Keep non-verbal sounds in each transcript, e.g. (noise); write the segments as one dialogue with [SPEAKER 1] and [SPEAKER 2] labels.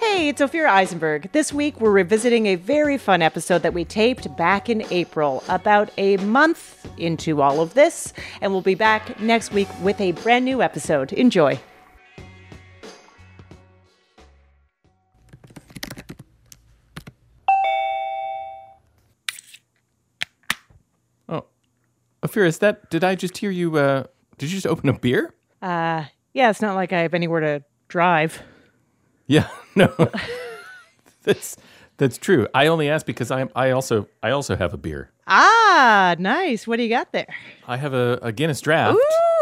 [SPEAKER 1] Hey, it's Ophira Eisenberg. This week we're revisiting a very fun episode that we taped back in April, about a month into all of this, and we'll be back next week with a brand new episode. Enjoy.
[SPEAKER 2] Ophir, is that did I just hear you uh did you just open a beer?
[SPEAKER 1] Yeah, it's not like I have anywhere to drive.
[SPEAKER 2] Yeah, (laughs) no. that's that's true. I only asked because I am I also I also have a beer.
[SPEAKER 1] Ah, nice. What do you got there?
[SPEAKER 2] I have a, a Guinness draft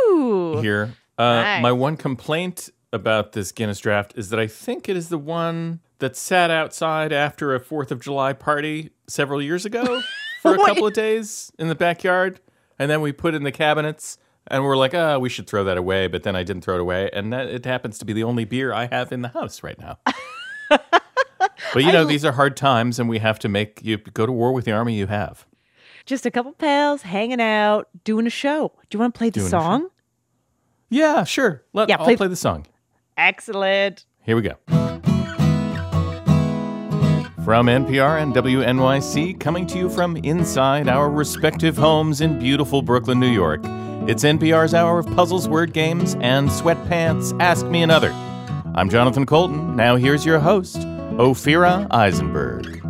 [SPEAKER 1] Ooh.
[SPEAKER 2] here. Uh
[SPEAKER 1] nice.
[SPEAKER 2] my one complaint about this Guinness draft is that I think it is the one that sat outside after a 4th of July party several
[SPEAKER 1] (laughs)
[SPEAKER 2] years ago for a couple of days in the backyard and then we put in the cabinets and we're like, "Ah, we should throw that away," but then I didn't throw it away and that it happens to be the only beer I have in the house
[SPEAKER 1] (laughs)
[SPEAKER 2] right now. But you know, these are hard times, and we have to make you go to war with the army you have.
[SPEAKER 1] Just a couple pals hanging out, doing a show. Do you want to play the
[SPEAKER 2] Doing a show.
[SPEAKER 1] song?
[SPEAKER 2] Yeah, sure. Let,
[SPEAKER 1] Yeah,
[SPEAKER 2] I'll
[SPEAKER 1] play-
[SPEAKER 2] play the song.
[SPEAKER 1] Excellent.
[SPEAKER 2] Here we go. From NPR and WNYC, coming to you from inside our respective homes in beautiful Brooklyn, New York. It's NPR's hour of puzzles, word games, and sweatpants. Ask me another. I'm Jonathan Colton. Now here's your host, Ophira Eisenberg.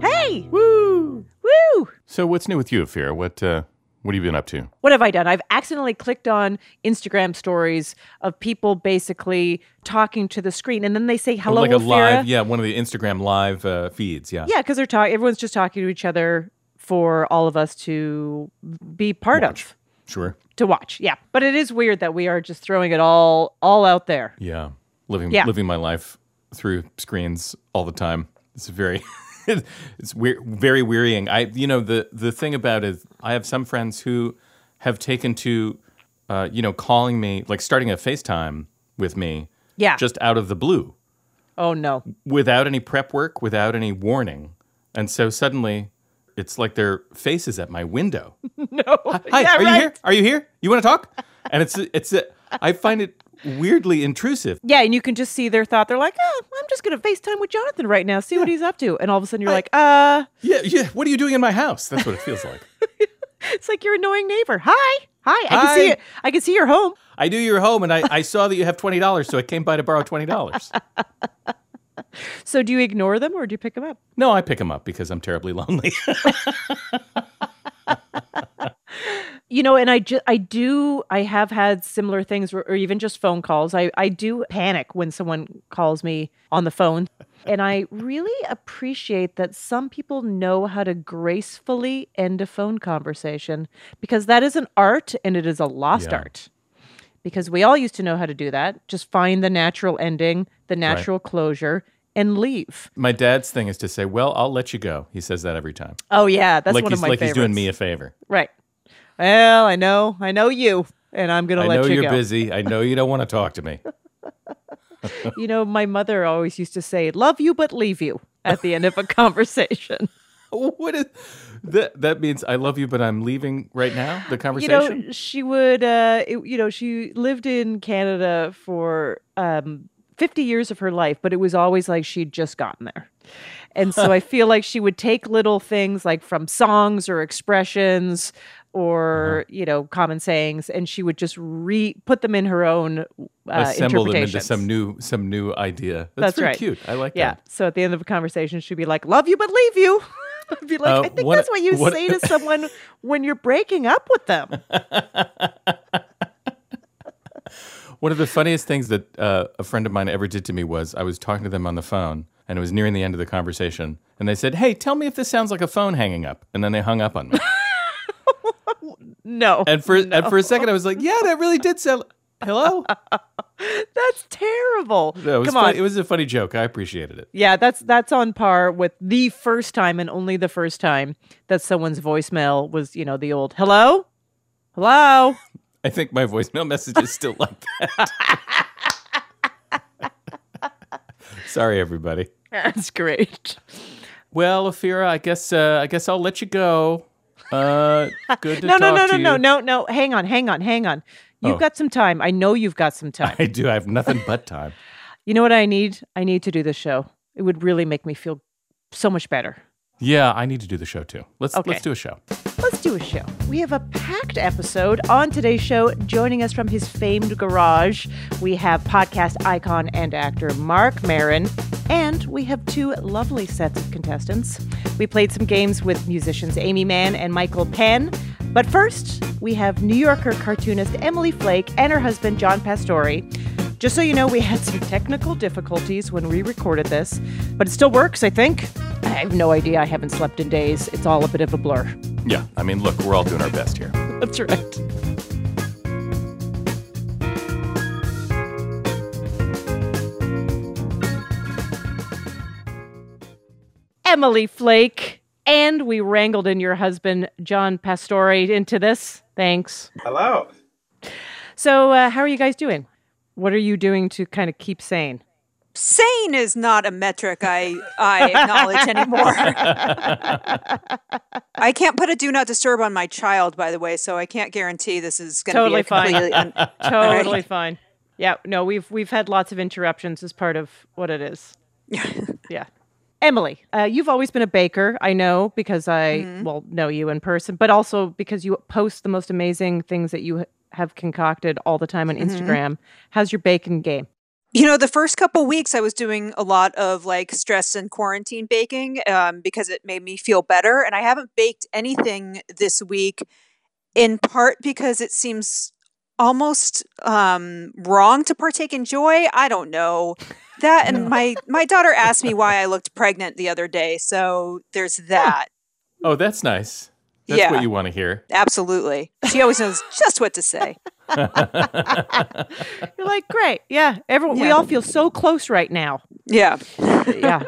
[SPEAKER 1] Hey! Woo! Woo!
[SPEAKER 2] So, what's new with you, Ophira? What uh, what have you been up to?
[SPEAKER 1] what have I done? I've accidentally clicked on Instagram stories of people basically talking to the screen, and then they say hello,
[SPEAKER 2] like a
[SPEAKER 1] Ophira.
[SPEAKER 2] live, yeah, one of the Instagram live uh, feeds, yeah.
[SPEAKER 1] yeah, because they're talking. Everyone's just talking to each other for all of us to be part of,
[SPEAKER 2] Sure.
[SPEAKER 1] to watch. Yeah, but it is weird that we are just throwing it all all out there.
[SPEAKER 2] Yeah. Living
[SPEAKER 1] Yeah.
[SPEAKER 2] living my life through screens all the time. It's very (laughs) it's weir- very wearying. I you know the the thing about it is I have some friends who have taken to uh, you know calling me like starting a FaceTime with me
[SPEAKER 1] Yeah.
[SPEAKER 2] just out of the blue
[SPEAKER 1] Oh no. (laughs)
[SPEAKER 2] without any prep work, without any warning. And so suddenly it's like their face is at
[SPEAKER 1] (laughs)
[SPEAKER 2] my window.
[SPEAKER 1] No.
[SPEAKER 2] Hi,
[SPEAKER 1] yeah,
[SPEAKER 2] are
[SPEAKER 1] right.
[SPEAKER 2] you here? Are you here? You want to talk? And it's it's I find it weirdly intrusive.
[SPEAKER 1] Yeah, and you can just see their thought. They're like, "Oh, I'm just gonna FaceTime with Jonathan right now, see what he's up to." And all of a sudden, you're like, "Uh,
[SPEAKER 2] Yeah, yeah. What are you doing in my house? That's what it feels like.
[SPEAKER 1] it's like your annoying neighbor. Hi, hi. I can see
[SPEAKER 2] Hi.
[SPEAKER 1] it. I can see your home.
[SPEAKER 2] I knew you were home, and I, I saw that you have twenty dollars, so I came by to borrow twenty dollars.
[SPEAKER 1] So do you ignore them or do you pick them up?
[SPEAKER 2] No, I pick them up because I'm terribly lonely. (laughs)
[SPEAKER 1] You know, and I ju- I do I have had similar things or, or even just phone calls. I I do panic when someone calls me on the (laughs) phone. And I really appreciate that some people know how to gracefully end a phone conversation because that is an art and it is a lost
[SPEAKER 2] Yeah.
[SPEAKER 1] art. Because we all used to know how to do that. Just find the natural ending, the natural closure and leave.
[SPEAKER 2] my dad's thing is to say, "Well, I'll let you go." He says that every time,
[SPEAKER 1] Oh yeah, that's
[SPEAKER 2] like
[SPEAKER 1] one
[SPEAKER 2] he's
[SPEAKER 1] of my
[SPEAKER 2] like
[SPEAKER 1] favorites.
[SPEAKER 2] he's doing me a favor.
[SPEAKER 1] Right. Well, I know, I know you, and I'm gonna
[SPEAKER 2] I
[SPEAKER 1] let
[SPEAKER 2] know
[SPEAKER 1] you
[SPEAKER 2] you
[SPEAKER 1] go.
[SPEAKER 2] are busy. I know you don't want to talk to me. (laughs)
[SPEAKER 1] You know, my mother always used to say, "Love you but leave you" at the end of a (laughs) conversation.
[SPEAKER 2] what is that? That means I love you, but I'm leaving right now. The
[SPEAKER 1] you
[SPEAKER 2] conversation.
[SPEAKER 1] know, she would. Uh, it- you know, she lived in Canada for um, 50 years of her life, but it was always like she'd just gotten there. And so
[SPEAKER 2] (laughs)
[SPEAKER 1] I feel like she would take little things like from songs or expressions or
[SPEAKER 2] Uh-huh.
[SPEAKER 1] you know common sayings, and she would just re put them in her own uh,
[SPEAKER 2] Assemble them into
[SPEAKER 1] interpretations.
[SPEAKER 2] some new some new idea. That's,
[SPEAKER 1] That's
[SPEAKER 2] very
[SPEAKER 1] right.
[SPEAKER 2] cute. I like
[SPEAKER 1] Yeah.
[SPEAKER 2] that.
[SPEAKER 1] So at the end of a conversation, she'd be like, "Love you, but leave you." (laughs) I'd be like,
[SPEAKER 2] Uh,
[SPEAKER 1] "I think
[SPEAKER 2] what-
[SPEAKER 1] that's what you
[SPEAKER 2] what-
[SPEAKER 1] say
[SPEAKER 2] (laughs)
[SPEAKER 1] to someone when you're breaking up with them."
[SPEAKER 2] One of the funniest things that uh, a friend of mine ever did to me was I was talking to them on the phone and it was nearing the end of the conversation. And they said, Hey, tell me if this sounds like a phone hanging up. And then they hung up
[SPEAKER 1] (laughs)
[SPEAKER 2] on me.
[SPEAKER 1] No,
[SPEAKER 2] And for, and for a second, I was like, Yeah, that really did
[SPEAKER 1] (laughs)
[SPEAKER 2] sound. Hello?
[SPEAKER 1] that's terrible.
[SPEAKER 2] No, it was
[SPEAKER 1] Come on.
[SPEAKER 2] funny- It was a funny joke. I appreciated it.
[SPEAKER 1] yeah, that's that's on par with the first time and only the first time that someone's voicemail was, you know, the old "Hello, hello." (laughs)
[SPEAKER 2] I think my voicemail message is still like that. (laughs) Sorry, everybody.
[SPEAKER 1] that's great.
[SPEAKER 2] Well, Afira, I guess uh, I guess I'll let you go. Uh, good to
[SPEAKER 1] No, no,
[SPEAKER 2] talk
[SPEAKER 1] no,
[SPEAKER 2] to
[SPEAKER 1] no,
[SPEAKER 2] you.
[SPEAKER 1] no, no, no. Hang on, hang on, hang on. You've
[SPEAKER 2] Oh.
[SPEAKER 1] got some time. I know you've got some time.
[SPEAKER 2] I do. I have nothing but time.
[SPEAKER 1] you know what I need? I need to do this show. It would really make me feel so much better.
[SPEAKER 2] Yeah, I need to do the show too. Let's
[SPEAKER 1] Okay.
[SPEAKER 2] let's do a show.
[SPEAKER 1] Let's do a show. We have a packed episode. On today's show, joining us from his famed garage, we have podcast icon and actor Mark Marin, and we have two lovely sets of contestants. We played some games with musicians Amy Mann and Michael Penn. But first, we have New Yorker cartoonist Emily Flake and her husband John Pastore. Just so you know, we had some technical difficulties when we recorded this, but it still works, I think. I have no idea. I haven't slept in days. It's all a bit of a blur.
[SPEAKER 2] Yeah, I mean, look, we're all doing our best here.
[SPEAKER 1] (laughs) That's right. Emily Flake, and we wrangled in your husband, John Pastore, into this. Thanks.
[SPEAKER 3] Hello.
[SPEAKER 1] So, uh, how are you guys doing? What are you doing to kind of keep sane?
[SPEAKER 4] Sane is not a metric I I acknowledge
[SPEAKER 1] (laughs)
[SPEAKER 4] anymore. I can't put a do not disturb on my child, by the way, so I can't guarantee this is going to
[SPEAKER 1] Totally
[SPEAKER 4] be a
[SPEAKER 1] fine.
[SPEAKER 4] completely. Un-
[SPEAKER 1] totally
[SPEAKER 4] Right.
[SPEAKER 1] fine. Yeah, no, we've we've had lots of interruptions as part of what it is.
[SPEAKER 4] (laughs)
[SPEAKER 1] yeah. Emily, uh, you've always been a baker, I know, because I
[SPEAKER 4] Mm-hmm.
[SPEAKER 1] well know you in person, but also because you post the most amazing things that you ha- have concocted all the time on
[SPEAKER 4] Mm-hmm.
[SPEAKER 1] Instagram. How's your baking game?
[SPEAKER 4] you know, the first couple weeks I was doing a lot of like stress and quarantine baking um, because it made me feel better, and I haven't baked anything this week, in part because it seems almost um, wrong to partake in joy. I don't know. That and my my daughter asked me why I looked pregnant the other day, so there's that.
[SPEAKER 2] Oh, that's nice. That's
[SPEAKER 4] Yeah.
[SPEAKER 2] what you want to hear.
[SPEAKER 4] Absolutely. She always knows just what to say.
[SPEAKER 1] You're like, great, yeah. Everyone, we
[SPEAKER 4] Yeah.
[SPEAKER 1] all feel so close right now.
[SPEAKER 4] Yeah. (laughs)
[SPEAKER 1] Yeah.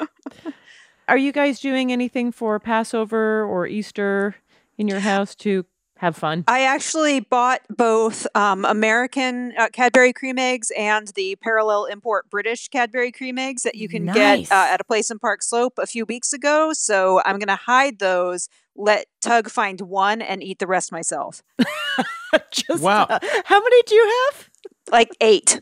[SPEAKER 1] Are you guys doing anything for Passover or Easter in your house to have fun? (laughs)
[SPEAKER 4] I actually bought both um, American uh, Cadbury cream eggs and the parallel import British Cadbury cream eggs that you can
[SPEAKER 1] Nice.
[SPEAKER 4] get uh, at a place in Park Slope a few weeks ago. So I'm going to hide those, let Tug find one, and eat the rest myself.
[SPEAKER 1] Just
[SPEAKER 2] Wow.
[SPEAKER 1] uh, how many do you have?
[SPEAKER 4] Like eight.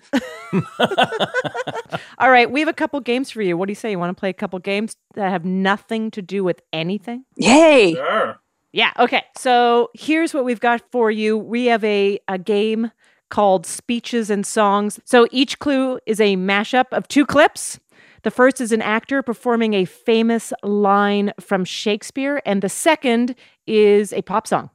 [SPEAKER 1] All right, we have a couple games for you. What do you say? You want to play a couple games that have nothing to do with anything?
[SPEAKER 4] Yay.
[SPEAKER 3] Sure.
[SPEAKER 1] Yeah. Okay. So here's what we've got for you. We have a, a game called Speeches and Songs. So each clue is a mashup of two clips. The first is an actor performing a famous line from Shakespeare, and the second is a pop song.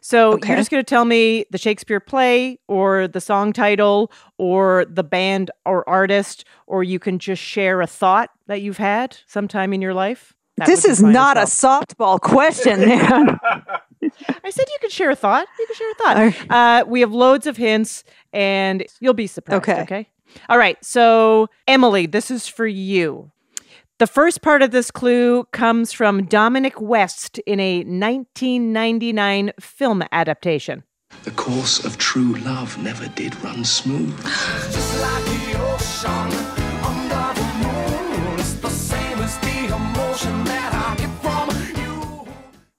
[SPEAKER 1] So
[SPEAKER 4] Okay.
[SPEAKER 1] you're just going to tell me the Shakespeare play or the song title or the band or artist, or you can just share a thought that you've had sometime in your life. That
[SPEAKER 4] This
[SPEAKER 1] would be
[SPEAKER 4] is
[SPEAKER 1] fine as
[SPEAKER 4] not
[SPEAKER 1] well.
[SPEAKER 4] a softball question, (laughs) man.
[SPEAKER 1] I said you could share a thought. You could share a thought. Uh, we have loads of hints, and you'll be surprised. Okay.
[SPEAKER 4] Okay.
[SPEAKER 1] Okay. All right. So, Emily, this is for you. The first part of this clue comes from Dominic West in a 1999 film adaptation.
[SPEAKER 5] The course of true love never did run smooth.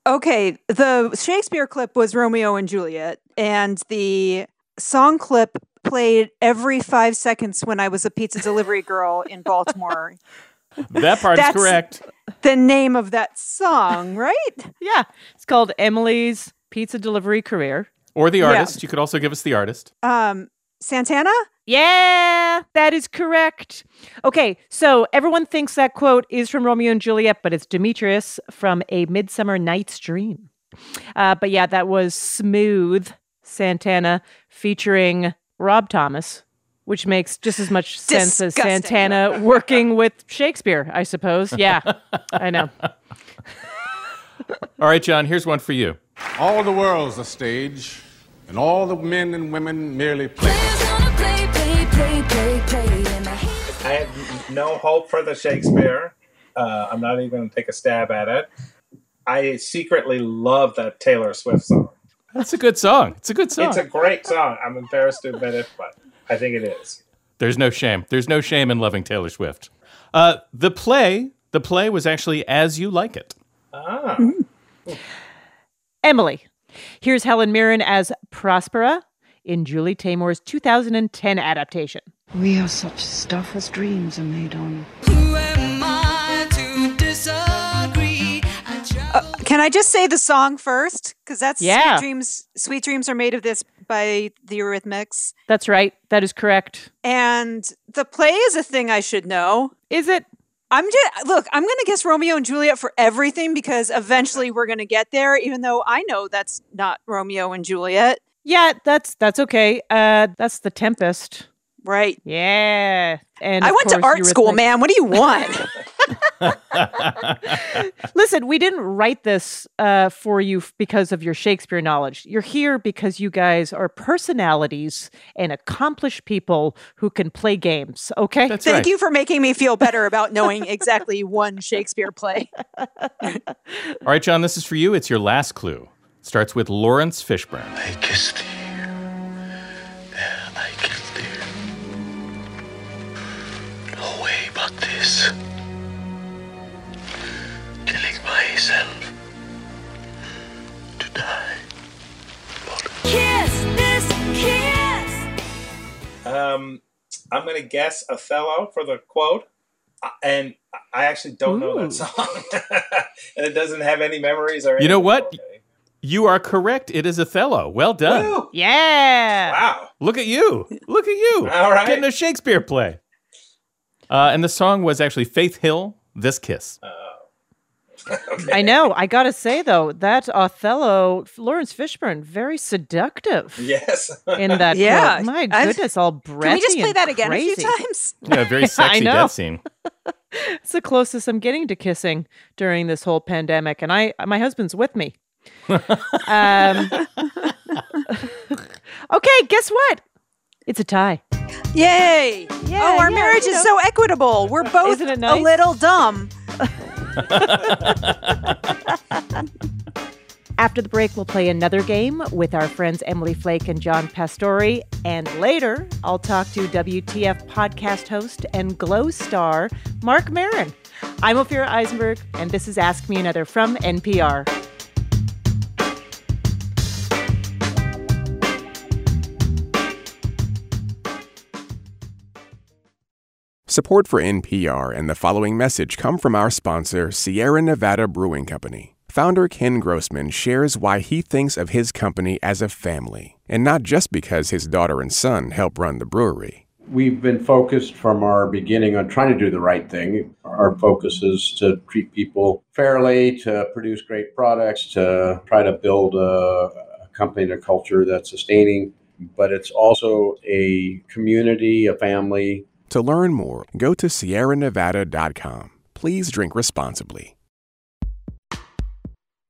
[SPEAKER 4] Okay, the Shakespeare clip was Romeo and Juliet, and the song clip played every five seconds when I was a pizza delivery girl in Baltimore.
[SPEAKER 2] That part's
[SPEAKER 4] That's-
[SPEAKER 2] correct.
[SPEAKER 4] the name of that song, right?
[SPEAKER 1] Yeah, it's called Emily's Pizza Delivery Career.
[SPEAKER 2] Or the
[SPEAKER 4] Yeah.
[SPEAKER 2] artist. You could also give us the artist.
[SPEAKER 4] Um, Santana?
[SPEAKER 1] Yeah, that is correct. Okay, so everyone thinks that quote is from Romeo and Juliet, but it's Demetrius from A Midsummer Night's Dream. Uh, but yeah, that was Smooth Santana featuring Rob Thomas, which makes just as much sense as
[SPEAKER 4] Disgusting.
[SPEAKER 1] Santana working with Shakespeare, I suppose. Yeah, I know.
[SPEAKER 2] All right, John, here's one for you.
[SPEAKER 6] All the world's a stage, and all the men and women merely play.
[SPEAKER 7] Players gonna play, play, play, play, play, and I
[SPEAKER 3] I have no hope for the Shakespeare. Uh, I'm not even going to take a stab at it. I secretly love that Taylor Swift song.
[SPEAKER 2] That's a good song. It's a good song.
[SPEAKER 3] It's a great song. I'm embarrassed to admit it, but I think it is.
[SPEAKER 2] There's no shame. There's no shame in loving Taylor Swift. Uh, the play, the play was actually As You Like It.
[SPEAKER 3] Ah,
[SPEAKER 1] Emily. Here's Helen Mirren as Prospera in Julie Taymor's 2010 adaptation.
[SPEAKER 8] We are such stuff as dreams are made on.
[SPEAKER 7] Who am I to disagree? I travel
[SPEAKER 4] Can I just say the song first? Because that's
[SPEAKER 1] Yeah.
[SPEAKER 4] Sweet Dreams. Sweet Dreams Are Made of This by the Eurythmics.
[SPEAKER 1] That's right. That is correct.
[SPEAKER 4] And the play is a thing I should know.
[SPEAKER 1] Is it?
[SPEAKER 4] I'm just look, I'm gonna guess Romeo and Juliet for everything because eventually we're gonna get there, even though I know that's not Romeo and Juliet.
[SPEAKER 1] Yeah, that's that's okay. Uh, that's the Tempest.
[SPEAKER 4] Right.
[SPEAKER 1] Yeah, and
[SPEAKER 4] I
[SPEAKER 1] of
[SPEAKER 4] went to
[SPEAKER 1] course,
[SPEAKER 4] art school,
[SPEAKER 1] Eurythmics-
[SPEAKER 4] man. What
[SPEAKER 1] (laughs)
[SPEAKER 4] do you want?
[SPEAKER 1] Listen, we didn't write this uh, for you f- because of your Shakespeare knowledge. You're here because you guys are personalities and accomplished people who can play games. Okay,
[SPEAKER 2] That's
[SPEAKER 4] Thank
[SPEAKER 2] right.
[SPEAKER 4] you for making me feel better about knowing exactly one Shakespeare play.
[SPEAKER 2] All right, John, this is for you. It's your last clue. It starts with Lawrence Fishburne.
[SPEAKER 5] I kissed you. There I kissed you. No way but this. Killing myself. To die.
[SPEAKER 7] kiss this kiss.
[SPEAKER 3] Um, I'm going to guess Othello for the quote. Uh, And I actually don't know
[SPEAKER 1] Ooh.
[SPEAKER 3] that song. (laughs) and it doesn't have any memories or
[SPEAKER 2] You know
[SPEAKER 3] anything.
[SPEAKER 2] what? You are correct. It is Othello. Well done.
[SPEAKER 3] Woo!
[SPEAKER 1] yeah.
[SPEAKER 3] Wow.
[SPEAKER 2] Look at you. Look at you.
[SPEAKER 3] (laughs) All right.
[SPEAKER 2] Getting a Shakespeare play. Uh, and the song was actually Faith Hill, This Kiss.
[SPEAKER 1] I know. I gotta say though, that Othello, Lawrence Fishburne, very seductive
[SPEAKER 3] Yes.
[SPEAKER 1] in that.
[SPEAKER 4] Yeah,
[SPEAKER 1] Yeah, my
[SPEAKER 4] I've-
[SPEAKER 1] goodness, all breathy.
[SPEAKER 4] Can we just play
[SPEAKER 1] and
[SPEAKER 4] that again a few
[SPEAKER 1] crazy.
[SPEAKER 4] times?
[SPEAKER 2] Yeah, a very sexy
[SPEAKER 1] know.
[SPEAKER 2] death scene.
[SPEAKER 1] It's the closest I'm getting to kissing during this whole pandemic, and I, my husband's with me. um, okay, guess what? It's a tie.
[SPEAKER 4] Yay! oh, our
[SPEAKER 1] yeah,
[SPEAKER 4] marriage
[SPEAKER 1] you
[SPEAKER 4] is so equitable. We're both
[SPEAKER 1] Isn't it nice?
[SPEAKER 4] a little dumb.
[SPEAKER 1] After the break, we'll play another game with our friends Emily Flake and John Pastore. And later, I'll talk to WTF podcast host and glow star, Mark Marin. I'm Ophira Eisenberg, and this is Ask Me Another from NPR.
[SPEAKER 9] Support for NPR and the following message come from our sponsor, Sierra Nevada Brewing Company. Founder Ken Grossman shares why he thinks of his company as a family, and not just because his daughter and son help run the brewery.
[SPEAKER 10] We've been focused from our beginning on trying to do the right thing. Our focus is to treat people fairly, to produce great products, to try to build a, a company and a culture that's sustaining. But it's also a community, a family,
[SPEAKER 9] To learn more, go to sierranevada.com. Please drink responsibly.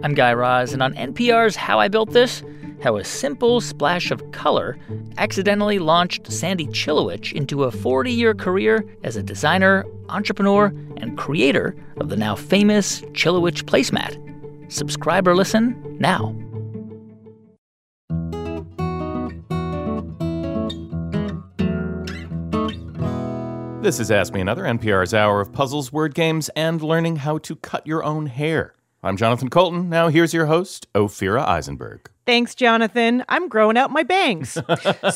[SPEAKER 11] I'm Guy Raz, and on NPR's How I Built This, how a simple splash of color accidentally launched Sandy Chilowich into a 40 year career as a designer, entrepreneur, and creator of the now famous Chilowich placemat. Subscribe or listen now.
[SPEAKER 2] This is Ask Me Another, NPR's hour of puzzles, word games, and learning how to cut your own hair. I'm Jonathan Colton. Now here's your host, Ophira Eisenberg.
[SPEAKER 1] Thanks, Jonathan. I'm growing out my bangs. so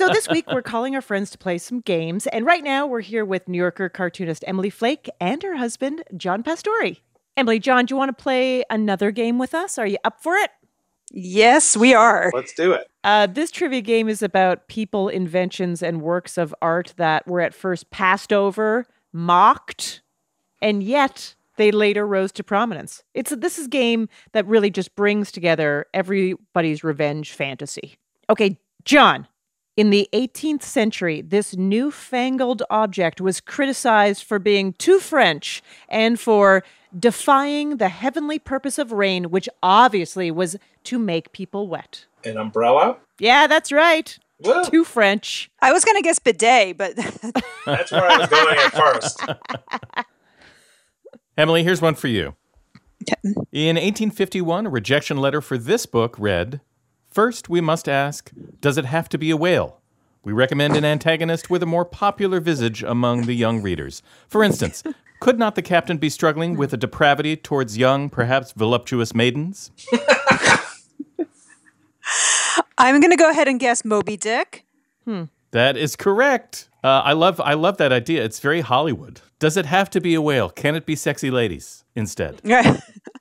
[SPEAKER 1] this week we're calling our friends to play some games, and right now we're here with New Yorker cartoonist Emily Flake and her husband John Pastore. Emily, John, do you want to play another game with us? Are you up for it?
[SPEAKER 4] Yes, we are.
[SPEAKER 3] Let's do it.
[SPEAKER 1] Uh, this trivia game is about people, inventions, and works of art that were at first passed over, mocked, and yet they later rose to prominence. It's this is a game that really just brings together everybody's revenge fantasy. Okay, John. In the 18th century, this newfangled object was criticized for being too French and for defying the heavenly purpose of rain, which obviously was to make people wet.
[SPEAKER 3] An umbrella?
[SPEAKER 1] Yeah, that's right. Too French.
[SPEAKER 4] I was going to guess bidet, but (laughs)
[SPEAKER 3] That's where I was going at first.
[SPEAKER 2] Emily, here's one for you. In 1851, a rejection letter for this book read First, we must ask, does it have to be a whale? We recommend an antagonist with a more popular visage among the young readers. For instance, could not the captain be struggling with a depravity towards young, perhaps voluptuous maidens?
[SPEAKER 4] I'm going to go ahead and guess Moby Dick.
[SPEAKER 2] That is correct. Uh, I love I love that idea. It's very Hollywood. Does it have to be a whale? Can it be sexy ladies instead?
[SPEAKER 4] (laughs)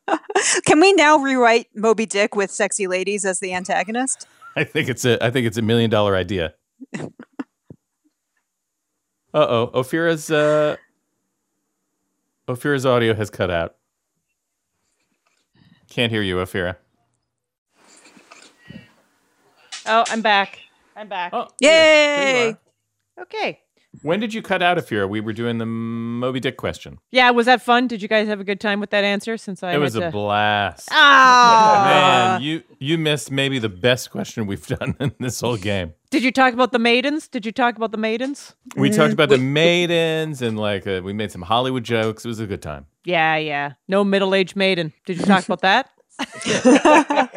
[SPEAKER 4] Right. Can we now rewrite Moby Dick with sexy ladies as the antagonist?
[SPEAKER 2] (laughs) I think it's a I think it's a million dollar idea. uh oh, Ophira's uh, Ophira's audio has cut out. Can't hear you, Ophira.
[SPEAKER 1] Oh, I'm back. I'm back.
[SPEAKER 4] Yay!
[SPEAKER 1] Okay.
[SPEAKER 2] When did you cut out, Ophira? We were doing the Moby Dick question.
[SPEAKER 1] Yeah, was that fun? Did you guys have a good time with that answer? Since I
[SPEAKER 2] it
[SPEAKER 1] had
[SPEAKER 2] was a
[SPEAKER 1] to-
[SPEAKER 2] blast.
[SPEAKER 1] Ah.
[SPEAKER 2] man, you you missed maybe the best question we've (laughs) done in this whole game.
[SPEAKER 1] Did you talk about the maidens? Did you talk about the maidens?
[SPEAKER 2] We talked
[SPEAKER 1] (laughs)
[SPEAKER 2] about the maidens and like uh, we made some Hollywood jokes. It was a good time.
[SPEAKER 1] Yeah, yeah. No middle aged maiden. Did you talk about
[SPEAKER 2] (laughs)
[SPEAKER 1] that?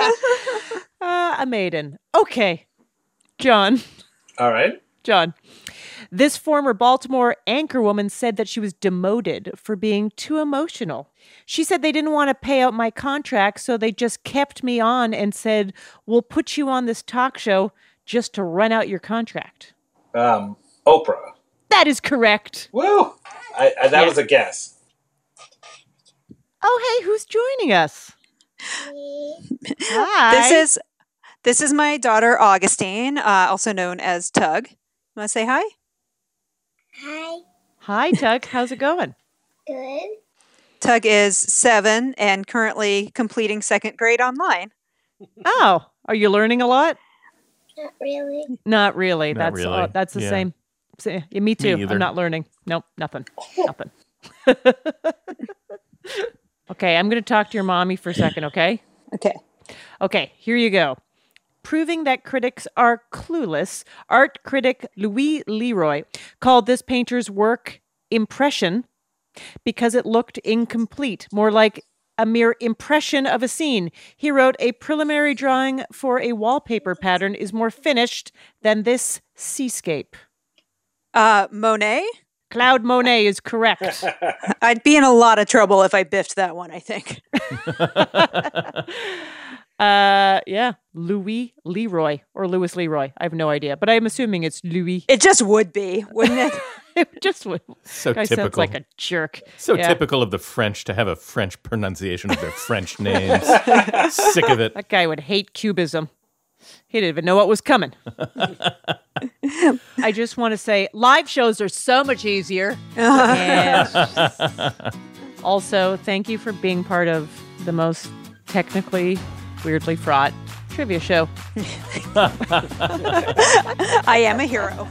[SPEAKER 1] (laughs) uh, a maiden. Okay. John.
[SPEAKER 3] All right.
[SPEAKER 1] John. This former Baltimore anchorwoman said that she was demoted for being too emotional. She said they didn't want to pay out my contract, so they just kept me on and said, We'll put you on this talk show just to run out your contract.
[SPEAKER 3] Um, Oprah.
[SPEAKER 1] That is correct.
[SPEAKER 3] Woo! I, I, that was a guess.
[SPEAKER 1] Oh, hey, who's joining us? Hi.
[SPEAKER 4] This is this is my daughter Augustine, uh, also known as Tug. Want to say hi?
[SPEAKER 12] Hi,
[SPEAKER 1] Hi, Tug. How's it going?
[SPEAKER 12] good.
[SPEAKER 4] Tug is seven and currently completing second grade online.
[SPEAKER 1] Oh, are you learning a lot?
[SPEAKER 12] Not really.
[SPEAKER 1] Not really.
[SPEAKER 4] Not
[SPEAKER 1] that's all-
[SPEAKER 4] really.
[SPEAKER 1] that's the
[SPEAKER 4] Yeah.
[SPEAKER 1] same. sa- yeah, me too.
[SPEAKER 4] either.
[SPEAKER 1] I'm not learning. Nope, nothing. nothing. (laughs) okay, I'm going to talk to your mommy for a second, okay?
[SPEAKER 4] Okay.
[SPEAKER 1] Okay, here you go. Proving that critics are clueless, art critic Louis Leroy called this painter's work impression because it looked incomplete, more like a mere impression of a scene. He wrote, A preliminary drawing for a wallpaper pattern is more finished than this seascape.
[SPEAKER 4] Uh, Monet?
[SPEAKER 1] Cloud Monet is correct.
[SPEAKER 4] I'd be in a lot of trouble if I biffed that one. I think.
[SPEAKER 1] Uh, yeah, Louis Leroy or Louis Leroy. I have no idea, but I'm assuming it's Louis. (laughs)
[SPEAKER 4] It just would be, wouldn't it? (laughs)
[SPEAKER 1] it just would.
[SPEAKER 2] So
[SPEAKER 1] Guy sounds
[SPEAKER 2] typical.
[SPEAKER 1] like a jerk.
[SPEAKER 2] So
[SPEAKER 1] Yeah.
[SPEAKER 2] typical of the French to have a French pronunciation of
[SPEAKER 13] (laughs)
[SPEAKER 2] their French names. Sick of it.
[SPEAKER 1] That guy would hate cubism. He didn't even know what was coming. I just want to say live shows are so much easier. And also, thank you for being part of the most technically weirdly fraught trivia show.
[SPEAKER 4] I am a hero.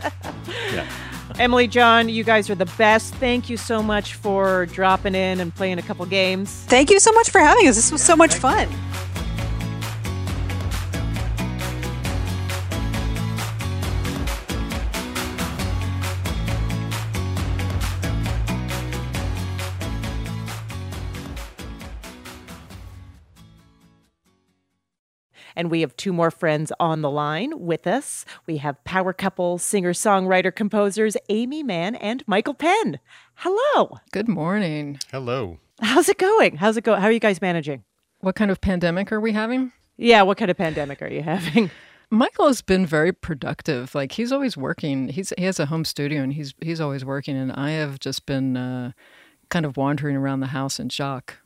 [SPEAKER 1] Emily, John, you guys are the best. Thank you so much for dropping in and playing a couple games.
[SPEAKER 4] Thank you so much for having us. This was so much fun.
[SPEAKER 1] And we have two more friends on the line with us. We have power couple, singer, songwriter, composers Amy Mann and Michael Penn. Hello.
[SPEAKER 13] Good morning.
[SPEAKER 14] Hello.
[SPEAKER 1] How's it going? How's it go? How are you guys managing?
[SPEAKER 13] What kind of pandemic are we having?
[SPEAKER 1] Yeah, what kind of pandemic are you having? (laughs)
[SPEAKER 13] Michael has been very productive. Like he's always working. He's he has a home studio and he's he's always working. And I have just been uh, kind of wandering around the house in shock.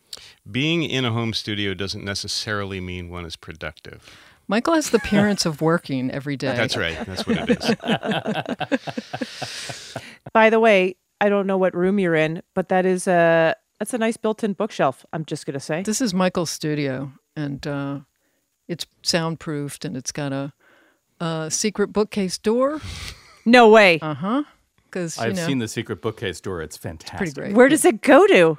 [SPEAKER 14] Being in a home studio doesn't necessarily mean one is productive.
[SPEAKER 13] Michael has the appearance of working every day.
[SPEAKER 14] That's right. That's what it is.
[SPEAKER 1] By the way, I don't know what room you're in, but that is a that's a nice built-in bookshelf. I'm just gonna say.
[SPEAKER 13] This is Michael's studio, and uh, it's soundproofed, and it's got a, a secret bookcase door.
[SPEAKER 1] No way.
[SPEAKER 13] Uh huh. Because
[SPEAKER 2] I've
[SPEAKER 13] you know,
[SPEAKER 2] seen the secret bookcase door. It's fantastic.
[SPEAKER 13] pretty great.
[SPEAKER 1] Where does it go to?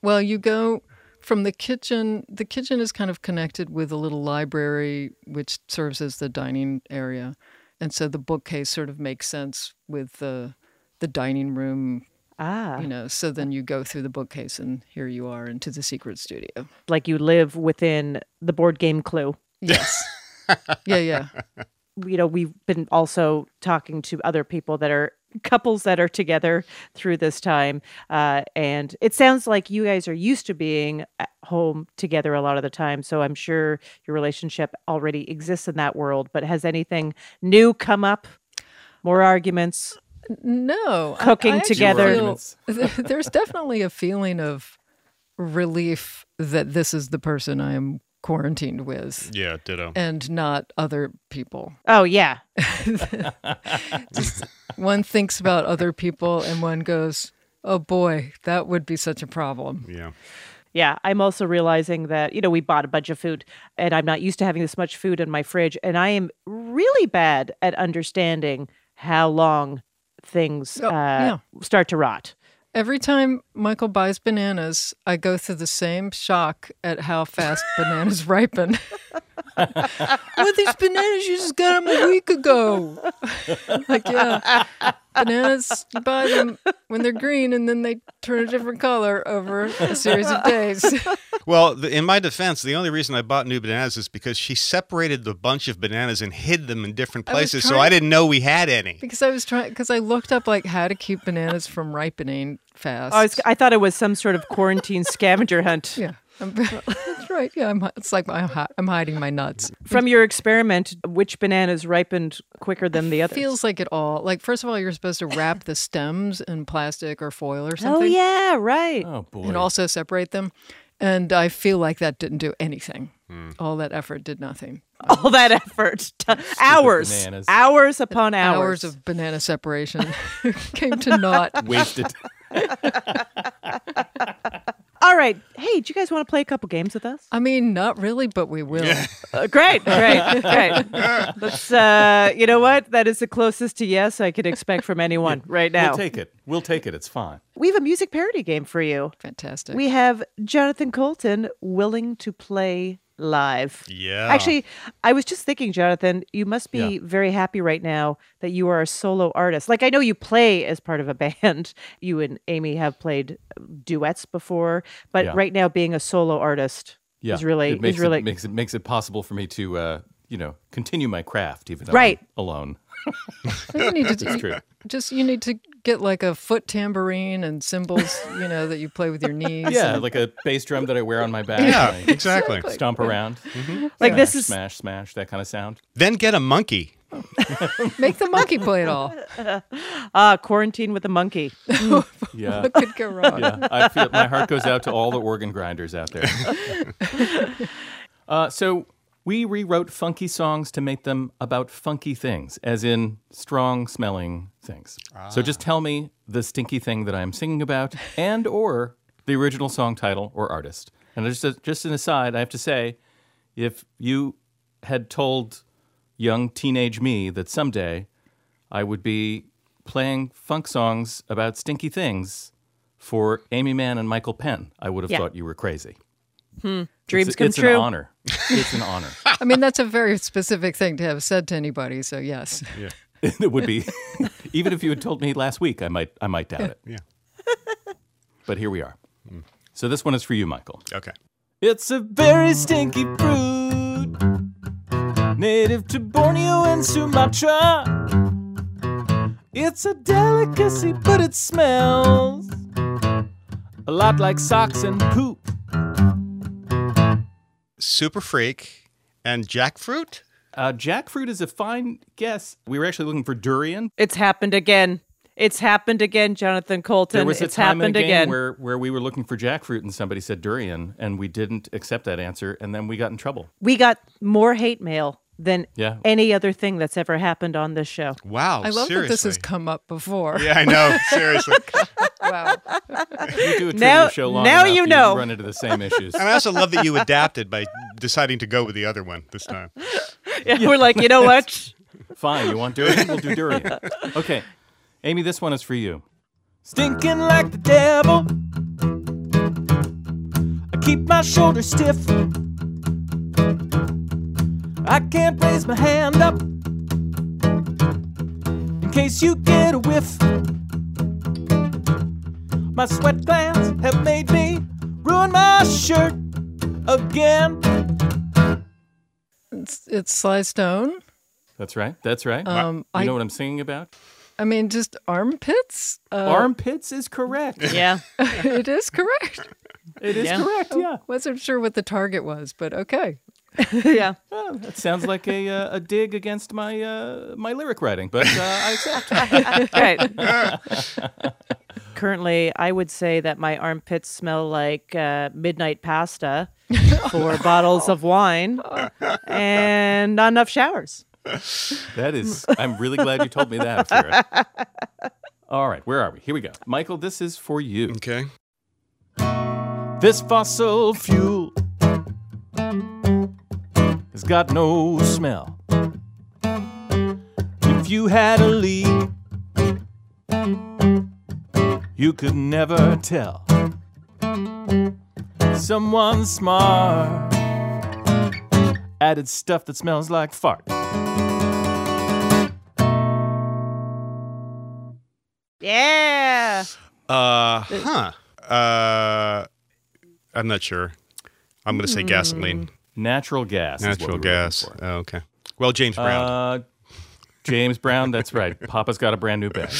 [SPEAKER 13] Well, you go from the kitchen. The kitchen is kind of connected with a little library, which serves as the dining area. and so the bookcase sort of makes sense with the the dining room.
[SPEAKER 1] Ah,
[SPEAKER 13] you know, so then you go through the bookcase, and
[SPEAKER 14] (laughs)
[SPEAKER 13] here you are into the secret studio.
[SPEAKER 1] Like you live within the board game clue.
[SPEAKER 13] Yes. yeah, yeah.
[SPEAKER 1] You know, we've been also talking to other people that are (laughs) couples that are together through this time. Uh, and it sounds like you guys are used to being at home together a lot of the time. So I'm sure your relationship already exists in that world. But has anything new come up? More arguments?
[SPEAKER 13] No, I-
[SPEAKER 1] Cooking
[SPEAKER 13] I actually
[SPEAKER 1] together.
[SPEAKER 13] feel- (laughs) there's definitely a feeling of relief that this is the person I am quarantined with.
[SPEAKER 14] Yeah, ditto.
[SPEAKER 13] And not other people.
[SPEAKER 1] Oh, yeah.
[SPEAKER 13] Just one thinks about other people and one goes, oh boy, that would be such a problem.
[SPEAKER 14] Yeah.
[SPEAKER 1] Yeah, I'm also realizing that, you know, we bought a bunch of food and I'm not used to having this much food in my fridge. And I am really bad at understanding how long things uh,
[SPEAKER 13] yeah.
[SPEAKER 1] start to rot.
[SPEAKER 13] Every time Michael buys bananas, I go through the same shock at how fast bananas ripen. well, these bananas, you just got them a week ago. like, yeah, bananas, you buy them when they're green and then they turn a different color over a series of days.
[SPEAKER 14] Well, the, in my defense, the only reason I bought new bananas is because she separated the bunch of bananas and hid them in different
[SPEAKER 13] I was
[SPEAKER 14] places, so
[SPEAKER 13] trying-
[SPEAKER 14] I didn't know we had any.
[SPEAKER 13] because I was trying, because I looked up like how to keep bananas from ripening fast.
[SPEAKER 1] I, was, I thought it was some sort of
[SPEAKER 13] (laughs)
[SPEAKER 1] quarantine scavenger hunt.
[SPEAKER 13] Yeah. I'm- (laughs) that's right. Yeah, I'm, it's like I'm, hi- I'm hiding my nuts.
[SPEAKER 1] From your experiment, which bananas ripened quicker than the others? Oh,
[SPEAKER 13] feels like it all. Like first of all, you're supposed to wrap the stems in plastic or foil or
[SPEAKER 1] oh,
[SPEAKER 13] something.
[SPEAKER 1] yeah, right.
[SPEAKER 2] Oh,
[SPEAKER 13] And also separate them. And I feel like that didn't do anything.
[SPEAKER 2] Hmm.
[SPEAKER 13] All that effort did nothing.
[SPEAKER 1] All that effort, t- hours,
[SPEAKER 13] bananas.
[SPEAKER 1] hours upon
[SPEAKER 13] Hours
[SPEAKER 1] hours.
[SPEAKER 13] of banana separation (laughs) came to naught. (laughs)
[SPEAKER 2] Wasted.
[SPEAKER 1] All right. Hey, do you guys want to play a couple games with us?
[SPEAKER 13] I mean, not really, but we will.
[SPEAKER 1] Uh, great, great, great. Let's, uh, you know what? That is the closest to yes I could expect from anyone right now.
[SPEAKER 2] We'll take it. We'll take it. It's fine.
[SPEAKER 1] We have a music parody game for you.
[SPEAKER 13] Fantastic.
[SPEAKER 1] We have Jonathan Colton willing to play live.
[SPEAKER 14] Yeah.
[SPEAKER 1] Actually, I was just thinking, Jonathan, you must be
[SPEAKER 14] Yeah.
[SPEAKER 1] very happy right now that you are a solo artist. Like, I know you play as part of a (laughs) band. You and Amy have played duets before, but
[SPEAKER 2] Yeah.
[SPEAKER 1] right now, being a solo artist
[SPEAKER 2] Yeah,
[SPEAKER 1] is really
[SPEAKER 2] it makes
[SPEAKER 1] is really
[SPEAKER 2] it, makes it makes it possible for me to uh, you know continue my craft even though
[SPEAKER 1] Right.
[SPEAKER 2] I'm alone.
[SPEAKER 13] (laughs) You need to do-
[SPEAKER 2] That's true.
[SPEAKER 13] Just you need to get like a foot tambourine and cymbals, you know, that you play with
[SPEAKER 2] (laughs)
[SPEAKER 13] your knees.
[SPEAKER 2] Yeah,
[SPEAKER 13] and-
[SPEAKER 2] like a bass drum that I wear on my back.
[SPEAKER 14] Yeah,
[SPEAKER 2] and I
[SPEAKER 14] exactly. Mm-hmm.
[SPEAKER 2] Stomp around.
[SPEAKER 1] Like,
[SPEAKER 2] Smash,
[SPEAKER 1] this is-
[SPEAKER 2] smash, smash, that kind of sound.
[SPEAKER 14] Then get a monkey.
[SPEAKER 13] make the monkey play it all.
[SPEAKER 1] ah quarantine with a monkey.
[SPEAKER 2] Yeah.
[SPEAKER 13] What (laughs) could go wrong?
[SPEAKER 2] yeah, I feel my heart goes out to all the organ grinders out there. uh, so we rewrote funky songs to make them about funky things, as in strong smelling things. So just tell me the stinky thing that I'm singing about, and or the original song title or artist. And just just an aside, I have to say, if you had told young teenage me that someday I would be playing funk songs about stinky things for Amy Mann and Michael Penn, I would have
[SPEAKER 1] Yeah. Hmm.
[SPEAKER 2] thought you were crazy.
[SPEAKER 1] Dreams
[SPEAKER 2] it's,
[SPEAKER 1] come
[SPEAKER 2] it's
[SPEAKER 1] true.
[SPEAKER 2] an
[SPEAKER 1] (laughs)
[SPEAKER 2] honor. It's an honor.
[SPEAKER 13] I mean, that's a very specific thing to have said to anybody. So yes,
[SPEAKER 2] (laughs) it would be, even if you had told me last week, I might, I might doubt it.
[SPEAKER 14] Yeah.
[SPEAKER 2] (laughs) But here we are. So this one is for you, Michael.
[SPEAKER 14] Okay.
[SPEAKER 2] It's a very stinky brood, native to Borneo and Sumatra. It's a delicacy, but it smells a lot like socks and poop.
[SPEAKER 14] Super freak and jackfruit.
[SPEAKER 2] Uh, jackfruit is a fine guess. We were actually looking for durian.
[SPEAKER 1] It's happened again. It's happened again, Jonathan Colton.
[SPEAKER 2] There was a
[SPEAKER 1] it's
[SPEAKER 2] time in
[SPEAKER 1] happened
[SPEAKER 2] a game
[SPEAKER 1] again.
[SPEAKER 2] where where we were looking for jackfruit and somebody said durian, and we didn't accept that answer, and then we got in trouble.
[SPEAKER 1] We got more hate mail than
[SPEAKER 2] Yeah.
[SPEAKER 1] any other thing that's ever happened on this show. (laughs)
[SPEAKER 14] Wow.
[SPEAKER 13] I love that this has
[SPEAKER 14] seriously.
[SPEAKER 13] come up before.
[SPEAKER 14] Yeah, I know. (laughs) Seriously.
[SPEAKER 13] Wow.
[SPEAKER 2] You do a trivia
[SPEAKER 1] Now-
[SPEAKER 2] show long
[SPEAKER 1] now
[SPEAKER 2] enough,
[SPEAKER 1] you know.
[SPEAKER 2] run into the same
[SPEAKER 1] (laughs)
[SPEAKER 2] issues.
[SPEAKER 14] And I also love that you adapted by deciding to go with the other one this time.
[SPEAKER 1] We're like, you
[SPEAKER 15] (laughs)
[SPEAKER 1] know what?
[SPEAKER 2] Fine, you want durian? We'll do durian. Okay, Amy, this one is for you. Stinking like the devil. I keep my shoulders stiff. I can't raise my hand up.
[SPEAKER 15] case you get a whiff. My sweat glands have made me ruin my shirt again.
[SPEAKER 13] It's, it's Sly Stone.
[SPEAKER 2] That's right. That's right.
[SPEAKER 13] Um,
[SPEAKER 1] Uh,
[SPEAKER 2] you
[SPEAKER 13] I-
[SPEAKER 2] know what I'm singing about?
[SPEAKER 13] I mean, just armpits. Uh, (laughs)
[SPEAKER 2] Armpits is
[SPEAKER 1] (laughs)
[SPEAKER 2] correct.
[SPEAKER 1] Yeah.
[SPEAKER 13] it is correct.
[SPEAKER 2] It is Yeah. correct,
[SPEAKER 1] Oh.
[SPEAKER 13] yeah. wasn't sure what the target was, but okay.
[SPEAKER 1] yeah. (laughs)
[SPEAKER 2] That sounds like a uh, a dig against my uh, my lyric writing, but uh, I accept.
[SPEAKER 1] Right. Currently, I would say that my armpits smell like uh,
[SPEAKER 15] (laughs)
[SPEAKER 1] midnight pasta, four bottles of wine, and not enough showers.
[SPEAKER 2] That is. I'm really glad you told me that. Akira. All right, where are we? Here we go. Michael, this is for you.
[SPEAKER 14] Okay.
[SPEAKER 2] This fossil fuel has got no smell. If you had a leak, you could never tell. Someone smart added stuff that smells like fart.
[SPEAKER 1] Yeah.
[SPEAKER 14] Uh huh. Uh, I'm not sure. I'm going to say gasoline.
[SPEAKER 2] Natural gas. is what we
[SPEAKER 14] Natural
[SPEAKER 2] were
[SPEAKER 14] gas. Oh, okay. Well, James Brown.
[SPEAKER 2] Uh, James Brown,
[SPEAKER 14] (laughs)
[SPEAKER 2] that's right. Papa's got a brand new bag.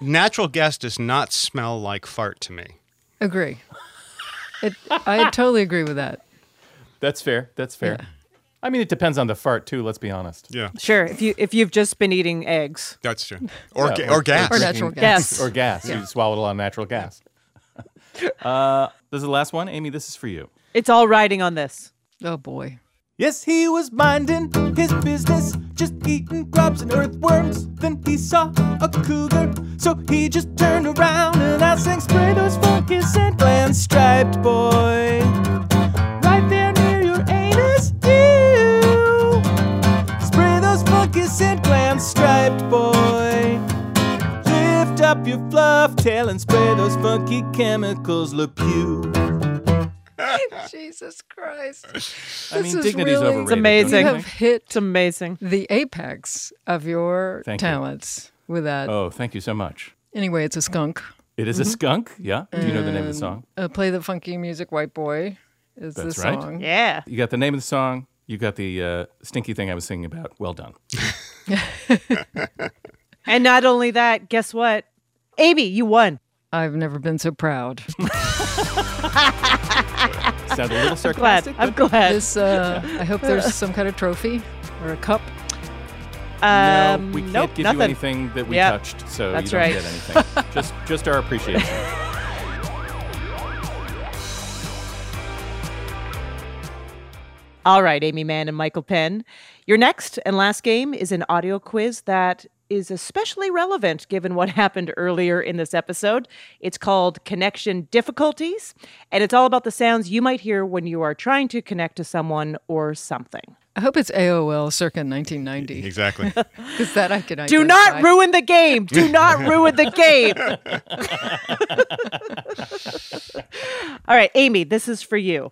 [SPEAKER 14] Natural gas does not smell like fart to me.
[SPEAKER 13] Agree. It, I totally agree with that.
[SPEAKER 2] That's fair. That's fair. I mean, it depends on the fart too. Let's be honest.
[SPEAKER 14] Yeah.
[SPEAKER 1] Sure. If you if you've just been eating eggs,
[SPEAKER 14] That's true. (laughs) Or ga- or gas. Or natural gas.
[SPEAKER 2] Or gas.
[SPEAKER 1] Yeah.
[SPEAKER 2] You swallowed a lot of natural gas. Uh, this is the last one, Amy. This is for you.
[SPEAKER 1] It's all riding on this.
[SPEAKER 13] Oh boy.
[SPEAKER 15] Yes, he was minding his business, just eating grubs and earthworms. Then he saw a cougar, so he just turned around and I sang spray those funky and gland striped boy. Right there near your anus, you spray those funky and gland striped boy. Lift up your fluff tail and spray those funky chemicals, look you.
[SPEAKER 13] (laughs) Jesus
[SPEAKER 14] (laughs)
[SPEAKER 13] Christ. This
[SPEAKER 15] I mean,
[SPEAKER 13] is
[SPEAKER 15] dignity's
[SPEAKER 13] really,
[SPEAKER 15] overrated, It's amazing.
[SPEAKER 13] You
[SPEAKER 15] don't you
[SPEAKER 13] have
[SPEAKER 15] think?
[SPEAKER 13] hit it's
[SPEAKER 1] amazing.
[SPEAKER 13] the apex of your
[SPEAKER 2] Thank you.
[SPEAKER 13] talents with that.
[SPEAKER 2] Oh, thank you so much.
[SPEAKER 13] Anyway, it's a skunk.
[SPEAKER 2] It is a
[SPEAKER 13] Mhm.
[SPEAKER 2] skunk. Yeah. Do you know the name of the
[SPEAKER 13] And,
[SPEAKER 2] song?
[SPEAKER 13] Uh, play the funky music, White Boy is the
[SPEAKER 2] That's right.
[SPEAKER 13] song.
[SPEAKER 1] Yeah.
[SPEAKER 2] You got the name of the song. You got the uh, stinky thing I was singing about. Well done.
[SPEAKER 1] And not only that, guess what? Amy, you won.
[SPEAKER 13] I've never been so proud.
[SPEAKER 2] Sounds a
[SPEAKER 13] (laughs)
[SPEAKER 2] little
[SPEAKER 13] I'm
[SPEAKER 2] sarcastic.
[SPEAKER 1] I'm glad.
[SPEAKER 13] This, uh, I hope there's some kind of trophy or a cup.
[SPEAKER 1] um,
[SPEAKER 2] no, we can't give you anything that we
[SPEAKER 13] Um, Yeah.
[SPEAKER 2] touched, so
[SPEAKER 13] That's
[SPEAKER 2] you don't
[SPEAKER 13] right.
[SPEAKER 2] get anything.
[SPEAKER 13] (laughs)
[SPEAKER 2] just, just our appreciation.
[SPEAKER 1] All right, Amy Mann and Michael Penn. Your next and last game is an audio quiz that is especially relevant given what (laughs) happened earlier in this episode. It's called Connection Difficulties, and it's all about the sounds you might hear when you are trying to connect to someone or something.
[SPEAKER 13] I hope it's AOL circa 1990.
[SPEAKER 14] E,
[SPEAKER 13] (laughs)
[SPEAKER 14] Exactly.
[SPEAKER 13] Because that I can
[SPEAKER 1] (laughs) Do not
[SPEAKER 13] identify.
[SPEAKER 1] ruin the game.
[SPEAKER 13] (laughs)
[SPEAKER 1] Do not ruin the game.
[SPEAKER 13] (laughs)
[SPEAKER 1] All right, Amy, this is for you.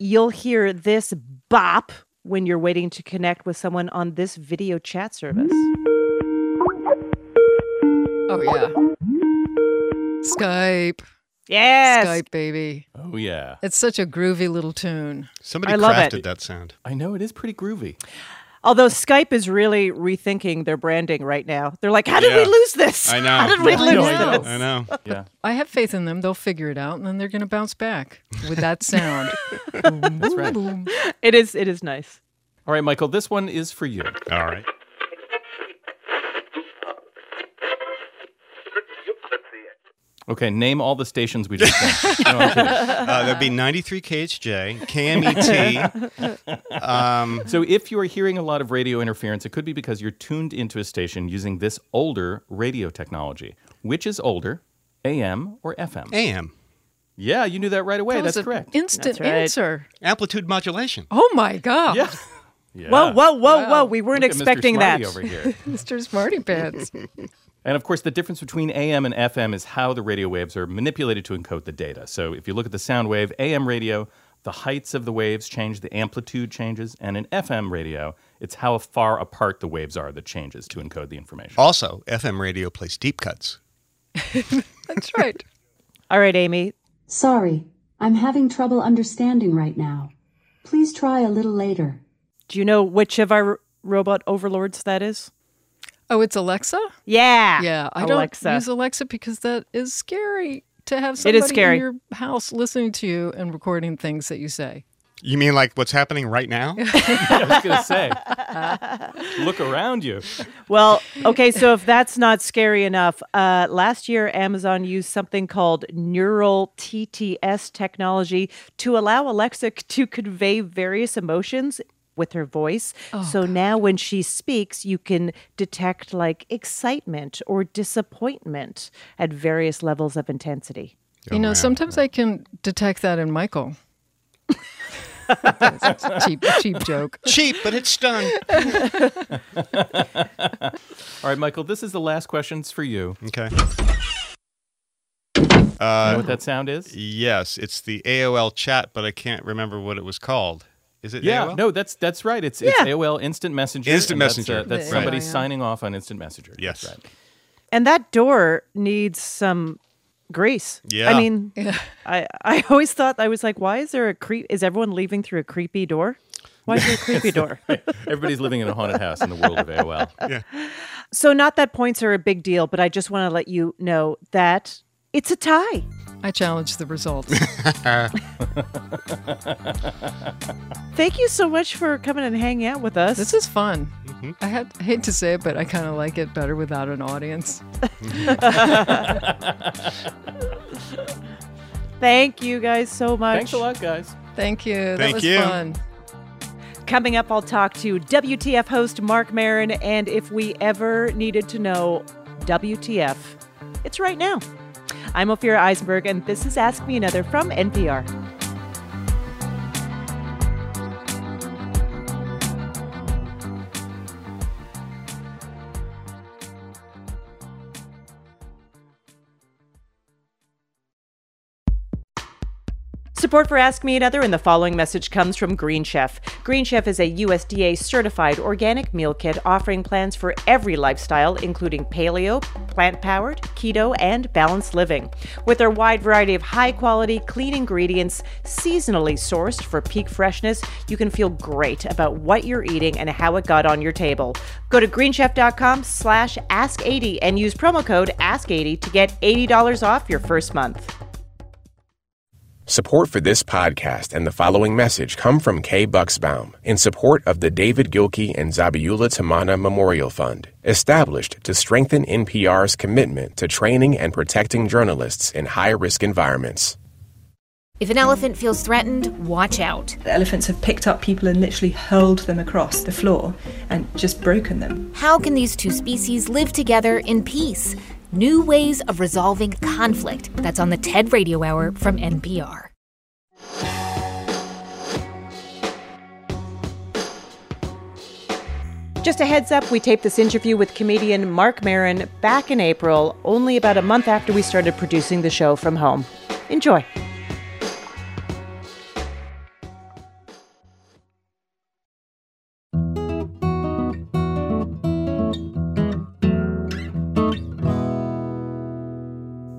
[SPEAKER 1] You'll hear this bop when you're waiting to connect with someone on this video chat service.
[SPEAKER 13] Oh, yeah. Skype.
[SPEAKER 1] Yes.
[SPEAKER 13] Skype, baby.
[SPEAKER 2] Oh yeah.
[SPEAKER 13] It's such a groovy little tune.
[SPEAKER 14] Somebody
[SPEAKER 1] I love
[SPEAKER 14] crafted
[SPEAKER 1] it.
[SPEAKER 14] that sound.
[SPEAKER 2] I know it is pretty groovy.
[SPEAKER 1] Although Skype is really rethinking their branding right now. They're like, how did we
[SPEAKER 14] Yeah.
[SPEAKER 1] lose this?
[SPEAKER 14] I know.
[SPEAKER 1] How did we lose
[SPEAKER 14] I know.
[SPEAKER 1] this?
[SPEAKER 14] I know.
[SPEAKER 2] Yeah.
[SPEAKER 13] I have faith in them. They'll figure it out and then they're going to bounce back with that sound. That's
[SPEAKER 2] right.
[SPEAKER 1] It is it is nice.
[SPEAKER 2] All right, Michael, this one is for you.
[SPEAKER 14] All right.
[SPEAKER 2] Okay, name all the stations we just named. No, I'm kidding.
[SPEAKER 13] (laughs)
[SPEAKER 14] Uh, that'd be 93 KHJ, KMET. Um,
[SPEAKER 2] so if you are hearing a lot of radio interference, it could be because you're tuned into a station using this older radio technology. Which is older, AM or FM?
[SPEAKER 14] AM.
[SPEAKER 2] Yeah, you knew that right away.
[SPEAKER 13] That was
[SPEAKER 2] That's
[SPEAKER 13] an
[SPEAKER 2] correct.
[SPEAKER 13] instant That's right. answer.
[SPEAKER 14] Amplitude modulation.
[SPEAKER 13] Oh my God.
[SPEAKER 2] Yeah.
[SPEAKER 1] Whoa, whoa, whoa,
[SPEAKER 13] Wow.
[SPEAKER 1] whoa. We weren't
[SPEAKER 2] Look at Mr.
[SPEAKER 1] expecting that.
[SPEAKER 2] Smarty over here.
[SPEAKER 13] Mr. Smarty Pants.
[SPEAKER 1] (laughs)
[SPEAKER 2] And of course, the difference between AM and FM is how the radio waves are manipulated to encode the data. So if you look at the sound wave, AM radio the heights of the waves change, the amplitude changes, and in FM radio, it's how far apart the waves are that changes to encode the information.
[SPEAKER 14] Also, FM radio plays deep cuts.
[SPEAKER 1] That's right. All right, Amy.
[SPEAKER 16] Sorry, I'm having trouble understanding right now. Please try a little later.
[SPEAKER 1] Do you know which of our robot overlords that is?
[SPEAKER 13] Oh, it's Alexa?
[SPEAKER 1] Yeah.
[SPEAKER 13] Yeah, I
[SPEAKER 1] Alexa.
[SPEAKER 13] don't use Alexa because that is scary to have
[SPEAKER 1] It
[SPEAKER 13] somebody
[SPEAKER 1] is scary.
[SPEAKER 13] in your house listening to you and recording things that you say.
[SPEAKER 14] You mean like what's happening right
[SPEAKER 13] (laughs)
[SPEAKER 14] now?
[SPEAKER 2] I was going to say, look around you.
[SPEAKER 1] Well, okay, so if that's not scary enough, uh, last year Amazon used something called neural TTS technology to allow Alexa to convey various emotions with her voice.
[SPEAKER 17] Oh,
[SPEAKER 1] so now when she speaks, you can detect like excitement or disappointment at various levels of intensity.
[SPEAKER 13] you know, sometimes I can detect that in Michael. cheap, cheap joke.
[SPEAKER 14] Cheap, but it's done.
[SPEAKER 2] All right, Michael, this is the last question. It's for you.
[SPEAKER 14] Okay.
[SPEAKER 2] know what that sound is?
[SPEAKER 14] Yes, it's the AOL chat, but I can't remember what it was called. Is it
[SPEAKER 2] Yeah,
[SPEAKER 14] AOL?
[SPEAKER 2] no, that's that's right. It's it's AOL Instant Messenger.
[SPEAKER 14] Instant
[SPEAKER 2] and that's, uh,
[SPEAKER 14] Messenger.
[SPEAKER 2] That's,
[SPEAKER 14] Right.
[SPEAKER 2] somebody
[SPEAKER 14] Yeah.
[SPEAKER 2] signing off on Instant Messenger.
[SPEAKER 14] Yes.
[SPEAKER 2] That's right.
[SPEAKER 1] And that door needs some grease.
[SPEAKER 2] Yeah.
[SPEAKER 1] I mean, I, I always thought, I was like, why is there a creep? Is everyone leaving through a creepy door? Why is there a creepy door?
[SPEAKER 2] Everybody's living in a haunted house in the world of AOL. Yeah.
[SPEAKER 1] So, not that points are a big deal, but I just want to let you know that it's a tie.
[SPEAKER 13] I challenge the results.
[SPEAKER 1] Thank you so much for coming and hanging out with us.
[SPEAKER 13] This is fun.
[SPEAKER 1] Mm-hmm.
[SPEAKER 13] I, had, I hate to say it, but I kind of like it better without an audience.
[SPEAKER 1] Thank you guys so much.
[SPEAKER 2] Thanks a lot, guys.
[SPEAKER 13] Thank you. that
[SPEAKER 1] Thank
[SPEAKER 13] was
[SPEAKER 1] you.
[SPEAKER 13] fun.
[SPEAKER 1] Coming up, I'll talk to WTF host Mark Marin, and if we ever needed to know WTF, it's right now. I'm Ophira Eisenberg, and this is Ask Me Another from NPR. Support for Ask Me Another and the following message comes from Green Chef. Green Chef is a USDA certified organic meal kit offering plans for every lifestyle, including paleo, plant powered, keto, and balanced living. With their wide variety of high quality, clean ingredients, seasonally sourced for peak freshness, you can feel great about what you're eating and how it got on your table. Go to greenchef.com slash ask80 and use promo code ask80 to get $80 off your first month.
[SPEAKER 9] Support for this podcast and the following message come from Kay Bucksbaum in support of the David Gilkey and Zabiula Tamana Memorial Fund, established to strengthen NPR's commitment to training and protecting journalists in high risk environments.
[SPEAKER 18] If an elephant feels threatened, watch out.
[SPEAKER 19] The elephants have picked up people and literally hurled them across the floor and just broken them.
[SPEAKER 18] How can these two species live together in peace? New ways of resolving conflict. That's on the TED Radio Hour from NPR.
[SPEAKER 1] Just a heads up, we taped this interview with comedian Mark Marin back in April, only about a month after we started producing the show from home. Enjoy.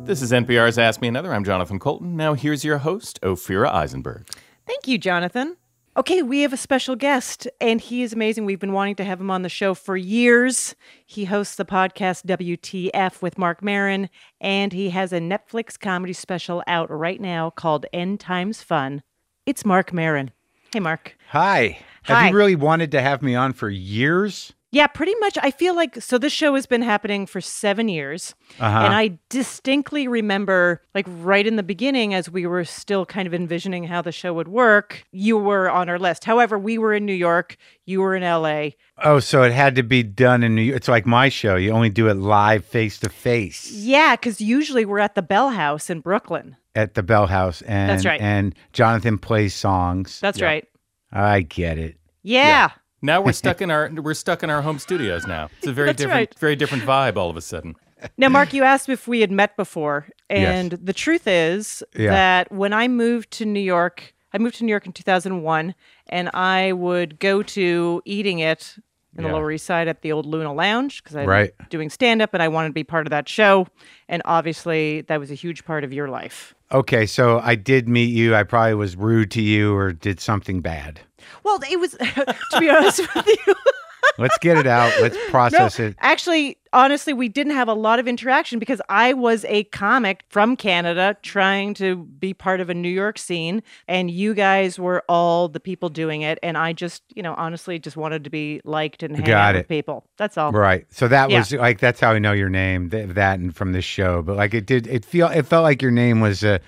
[SPEAKER 2] This is NPR's Ask Me Another. I'm Jonathan Colton. Now here's your host, Ophira Eisenberg.
[SPEAKER 1] Thank you, Jonathan. Okay, we have a special guest, and he is amazing. We've been wanting to have him on the show for years. He hosts the podcast WTF with Mark Marin, and he has a Netflix comedy special out right now called End Times Fun. It's Mark Marin. Hey, Mark.
[SPEAKER 20] Hi.
[SPEAKER 1] Hi.
[SPEAKER 20] Have you really wanted to have me on for years?
[SPEAKER 1] Yeah, pretty much. I feel like so this show has been happening for seven years.
[SPEAKER 20] Uh-huh.
[SPEAKER 1] And I distinctly remember, like, right in the beginning, as we were still kind of envisioning how the show would work, you were on our list. However, we were in New York, you were in LA.
[SPEAKER 20] Oh, so it had to be done in New York. It's like my show. You only do it live face to face
[SPEAKER 1] Yeah, because usually we're at the Bell House in Brooklyn.
[SPEAKER 20] at the Bell House and
[SPEAKER 1] That's right.
[SPEAKER 20] and Jonathan plays songs.
[SPEAKER 1] That's Yeah. right.
[SPEAKER 20] I get it.
[SPEAKER 1] Yeah.
[SPEAKER 2] Now we're stuck in our we're stuck in our home studios now. It's a very
[SPEAKER 1] That's
[SPEAKER 2] different
[SPEAKER 1] right.
[SPEAKER 2] very different vibe all of a sudden.
[SPEAKER 1] Now, Mark, you asked if we had met before.
[SPEAKER 2] Yes.
[SPEAKER 1] And the truth is
[SPEAKER 2] Yeah.
[SPEAKER 1] that when I moved to New York, I moved to New York in 2001, and I would go to eating it in
[SPEAKER 20] Yeah.
[SPEAKER 1] the Lower East Side at the old Luna Lounge because I'm
[SPEAKER 20] Right.
[SPEAKER 1] doing stand up and I wanted to be part of that show. And obviously, that was a huge part of your life.
[SPEAKER 20] Okay, so I did meet you. I probably was rude to you or did something bad.
[SPEAKER 1] Well, it was, (laughs) to be honest with you,
[SPEAKER 20] Let's get it out. Let's
[SPEAKER 1] (laughs)
[SPEAKER 20] process
[SPEAKER 1] No,
[SPEAKER 20] it.
[SPEAKER 1] Actually, honestly, we didn't have a lot of interaction because I was a comic from Canada trying to be part of a New York scene, and you guys were all the people doing it. And I just, you know, honestly, just wanted to be liked and hang out
[SPEAKER 20] Got
[SPEAKER 1] with
[SPEAKER 20] it.
[SPEAKER 1] people. That's all.
[SPEAKER 20] Right. So that
[SPEAKER 1] Yeah.
[SPEAKER 20] was like that's how I know your name. Th- that and from this show, but like it did. It feel it felt like your name was uh,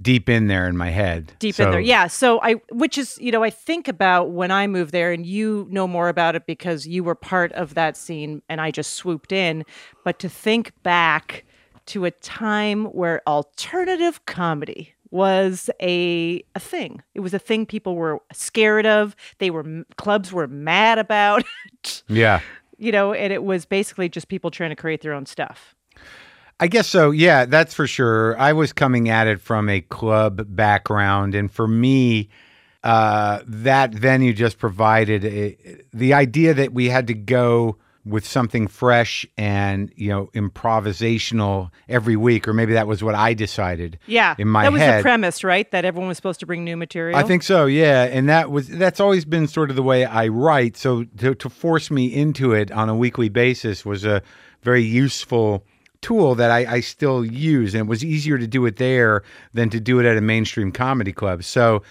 [SPEAKER 20] deep in there in my head.
[SPEAKER 1] deep
[SPEAKER 20] So-
[SPEAKER 1] in there. Yeah. So I, which is, you know, I think about when I moved there, and you know more about it because you were part of that scene, and I just swooped in. But to think back to a time where alternative comedy was a a thing. It was a thing people were scared of. They were clubs were mad about, (laughs)
[SPEAKER 20] Yeah.
[SPEAKER 1] you know, and it was basically just people trying to create their own stuff.
[SPEAKER 20] I guess so. Yeah, that's for sure. I was coming at it from a club background, and for me, uh, that venue just provided a, the idea that we had to go with something fresh and you know improvisational every week, or maybe that was what I decided.
[SPEAKER 1] Yeah.
[SPEAKER 20] in my
[SPEAKER 1] that was
[SPEAKER 20] head.
[SPEAKER 1] the premise, right? That everyone was supposed to bring new material.
[SPEAKER 20] I think so, yeah. And that was that's always been sort of the way I write. So to, to force me into it on a weekly basis was a very useful tool that I, I still use. And it was easier to do it there than to do it at a mainstream comedy club. So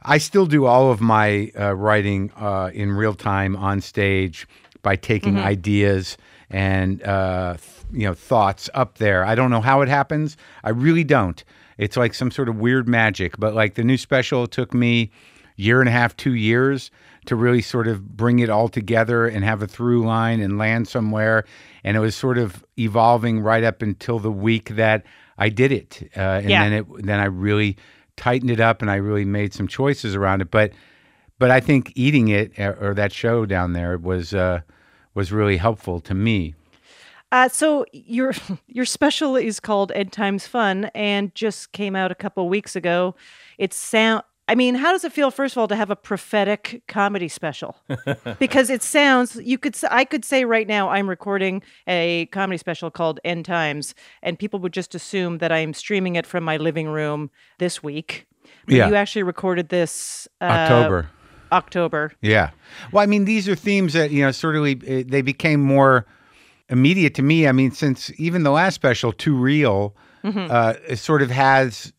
[SPEAKER 20] I still do all of my uh, writing uh, in real time on stage by taking
[SPEAKER 17] Mhm.
[SPEAKER 20] ideas and uh, th- you know thoughts up there. I don't know how it happens. I really don't. It's like some sort of weird magic. But like the new special took me year and a half, two years to really sort of bring it all together and have a through line and land somewhere. And it was sort of evolving right up until the week that I did it, uh, and
[SPEAKER 17] Yeah.
[SPEAKER 20] then it then I really tightened it up and I really made some choices around it. But but I think eating it uh, or that show down there was uh, was really helpful to me.
[SPEAKER 1] Uh, so your (laughs) your special is called End Times Fun and just came out a couple weeks ago. It sound I mean, how does it feel first of all to have a prophetic comedy
[SPEAKER 20] (laughs)
[SPEAKER 1] special? because it sounds you could s- I could say right now I'm recording a comedy special called End Times and people would just assume that I'm streaming it from my living room this week. But
[SPEAKER 20] Yeah.
[SPEAKER 1] you actually recorded this uh,
[SPEAKER 20] October.
[SPEAKER 1] October.
[SPEAKER 20] Yeah. Well, I mean, these are themes that you know sort of uh, they became more immediate to me. I mean, since even the last special, Too Real,
[SPEAKER 17] Mhm.
[SPEAKER 20] uh, it sort of has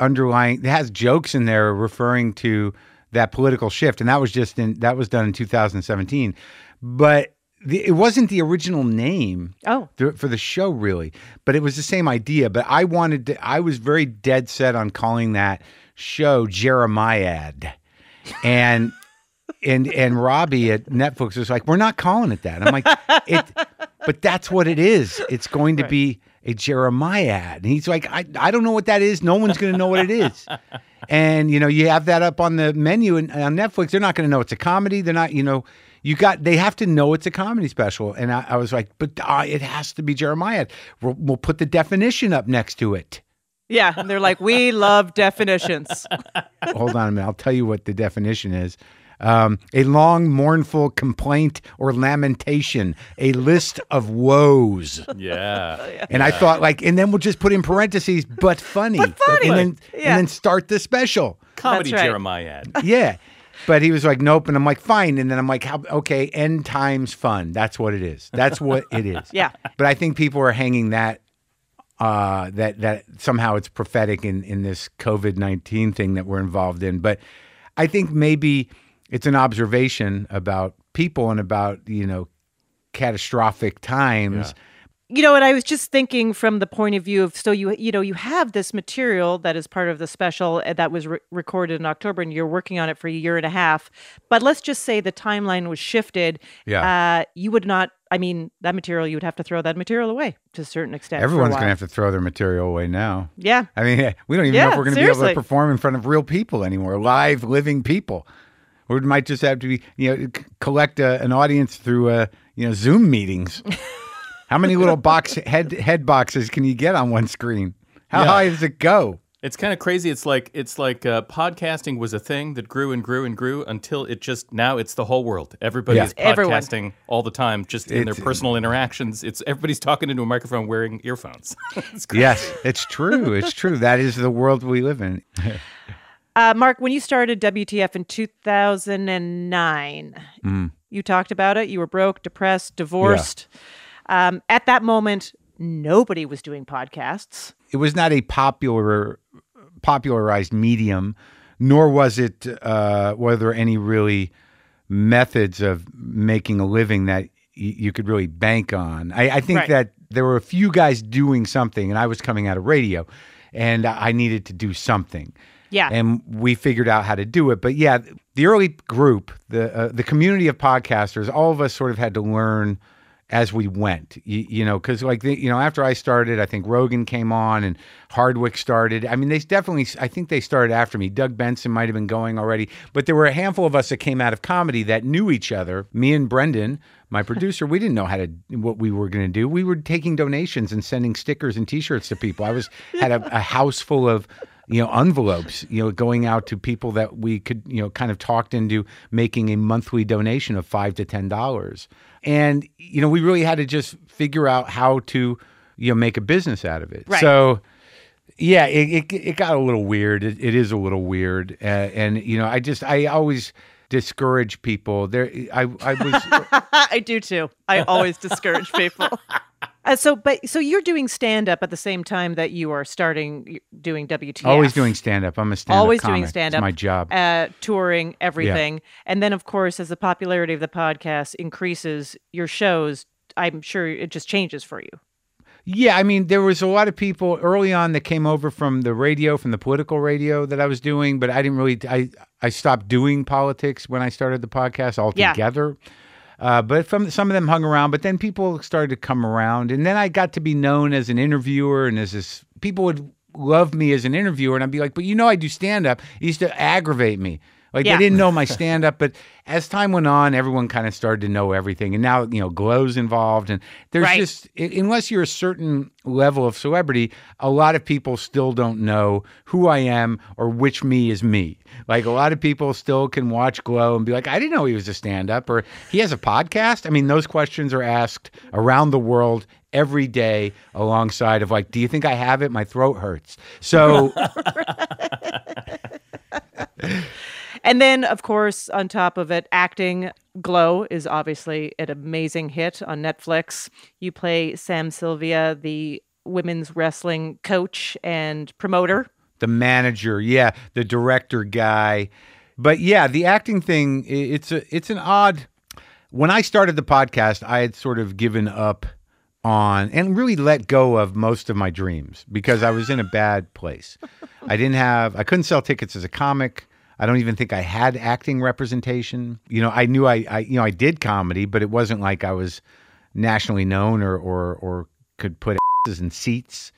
[SPEAKER 20] underlying it has jokes in there referring to that political shift, and that was just in that was done in 2017, but the, it wasn't the original name.
[SPEAKER 1] Oh.
[SPEAKER 20] th- for the show really, but it was the same idea. But I wanted to, I was very dead set on calling that show Jeremiad, and. And and Robbie at Netflix was like, we're not calling it that. I'm like, it, but that's what it is. It's going to
[SPEAKER 17] Right.
[SPEAKER 20] be a Jeremiah ad. And he's like, I, I don't know what that is. No one's going to know what it is. and you know, you have that up on the menu and uh, on Netflix. They're not going to know it's a comedy. They're not, you know, you got. They have to know it's a comedy special. And I, I was like, but uh, it has to be Jeremiah. ad. We'll, we'll put the definition up next to it.
[SPEAKER 1] Yeah, and they're like, we love definitions.
[SPEAKER 20] Hold on a minute. I'll tell you what the definition is. Um, a long, mournful complaint or lamentation, a list of woes.
[SPEAKER 2] Yeah.
[SPEAKER 20] And I thought like, and then we'll just put in parentheses, but funny,
[SPEAKER 2] funny.
[SPEAKER 20] and then
[SPEAKER 2] Yeah.
[SPEAKER 20] and then start the special
[SPEAKER 2] Comedy Jeremiah ad.
[SPEAKER 20] yeah. But he was like, nope. And I'm like, fine. And then I'm like, how, okay, end times fun. That's what it is. That's what it is.
[SPEAKER 1] (laughs) Yeah.
[SPEAKER 20] But I think people are hanging that, uh, that, that somehow it's prophetic in, in this COVID 19 thing that we're involved in. But I think maybe it's an observation about people and about, you know, catastrophic times.
[SPEAKER 1] you know and i was just thinking from the point of view of so you you know you have this material that is part of the special uh, that was re- recorded in october and you're working on it for a year and a half but let's just say the timeline was shifted
[SPEAKER 20] Yeah.
[SPEAKER 1] uh, you would not i mean that material you would have to throw that material away to a certain extent for a
[SPEAKER 20] Everyone's going to
[SPEAKER 1] while.
[SPEAKER 20] have to throw their material away now.
[SPEAKER 1] Yeah.
[SPEAKER 20] I mean, (laughs) we don't even know
[SPEAKER 1] Yeah,
[SPEAKER 20] if we're going to be able to
[SPEAKER 1] seriously.
[SPEAKER 20] perform in front of real people anymore, live, living people. We might just have to be, you know, c- collect a, an audience through, uh, you know, Zoom meetings.
[SPEAKER 1] (laughs)
[SPEAKER 20] How many little box head head boxes can you get on one screen? How
[SPEAKER 2] Yeah.
[SPEAKER 20] high does it go?
[SPEAKER 2] It's kind of crazy. It's like it's like uh, podcasting was a thing that grew and grew and grew until it just now it's the whole world. Everybody
[SPEAKER 20] Yeah.
[SPEAKER 2] is
[SPEAKER 20] Everyone.
[SPEAKER 2] podcasting all the time, just in their
[SPEAKER 20] It's-
[SPEAKER 2] personal interactions. It's everybody's talking into a microphone wearing earphones. (laughs) It's crazy.
[SPEAKER 20] Yes, it's true. It's true. That is the world we live in.
[SPEAKER 1] Uh, Mark, when you started WTF in 2009,
[SPEAKER 20] Mm.
[SPEAKER 1] you talked about it. You were broke, depressed, divorced. Um, at that moment, nobody was doing podcasts.
[SPEAKER 20] It was not a popular popularized medium, nor was it uh, were there any really methods of making a living that y- you could really bank on. I, I think
[SPEAKER 9] Right.
[SPEAKER 20] that there were a few guys doing something, and I was coming out of radio, and I I needed to do something.
[SPEAKER 1] Yeah.
[SPEAKER 20] and we figured out how to do it. But yeah, the early group, the uh, the community of podcasters, all of us sort of had to learn as we went. You, you know, because like the, you know, after I started, I think Rogan came on and Hardwick started. I mean, they definitely, I think they started after me. Doug Benson might have been going already, but there were a handful of us that came out of comedy that knew each other. Me and Brendan, my producer, we didn't know how to what we were going to do. We were taking donations and sending stickers and T-shirts to people. I was had a, a house full of you know envelopes you know going out to people that we could you know kind of talked into making a monthly donation of five to ten dollars and you know we really had to just figure out how to you know make a business out of it
[SPEAKER 9] Right.
[SPEAKER 20] so yeah it, it, it got a little weird it, it is a little weird uh, and you know i just i always discourage people there i i was
[SPEAKER 1] (laughs) I do too. I always discourage people. (laughs) Uh, so, but so you're doing stand up at the same time that you are starting doing WTF.
[SPEAKER 20] always doing stand up i'm a stand up
[SPEAKER 1] always doing stand up.
[SPEAKER 20] my job
[SPEAKER 1] Uh, touring, everything. And then, of course, as the popularity of the podcast increases, your shows, I'm sure it just changes for you.
[SPEAKER 20] Yeah, I mean, there was a lot of people early on that came over from the radio, from the political radio that I was doing, but I didn't really. I I stopped doing politics when I started the podcast altogether. Uh, but from some of them hung around, but then people started to come around, and then I got to be known as an interviewer, and as this people would love me as an interviewer, and I'd be like, "But you know, I do stand up." It used to aggravate me. Like
[SPEAKER 9] Yeah.
[SPEAKER 20] they didn't know my stand up, but as time went on, everyone kind of started to know everything. And now, you know, Glow's involved. And there's
[SPEAKER 9] Right.
[SPEAKER 20] just, i- unless you're a certain level of celebrity, a lot of people still don't know who I am or which me is me. Like a lot of people still can watch Glow and be like, I didn't know he was a stand up or he has a podcast. I mean, those questions are asked around the world every day alongside of like, do you think I have it? My throat hurts. So
[SPEAKER 1] And then, of course, on top of it, acting. Glow is obviously an amazing hit on Netflix. You play Sam Sylvia, the women's wrestling coach and promoter.
[SPEAKER 20] the manager, yeah, the director guy. But yeah, the acting thing, i- it's a it's an odd when I started the podcast, I had sort of given up on and really let go of most of my dreams because I was in a bad place. I didn't have I couldn't sell tickets as a comic. I don't even think I had acting representation. You know, I knew I, I you know, I did comedy, but it wasn't like I was nationally known or or or could put asses in seats.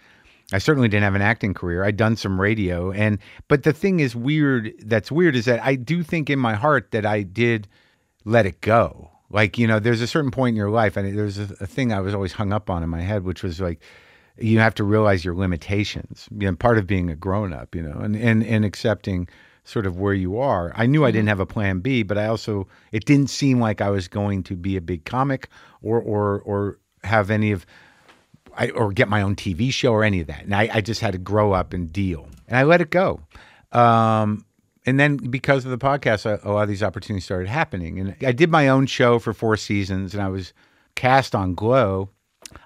[SPEAKER 20] I certainly didn't have an acting career. I'd done some radio and but the thing is weird that's weird is that I do think in my heart that I did let it go. Like, you know, there's a certain point in your life, and there's a, a thing I was always hung up on in my head, which was like, you have to realize your limitations. You know, part of being a grown up, you know, and, and, and accepting sort of where you are. I knew I didn't have a plan B, but I also, it didn't seem like I was going to be a big comic or, or, or have any of, I, or get my own TV show or any of that. And I, I just had to grow up and deal. And I let it go. Um, and then because of the podcast, a, a lot of these opportunities started happening. And I did my own show for four seasons and I was cast on Glow.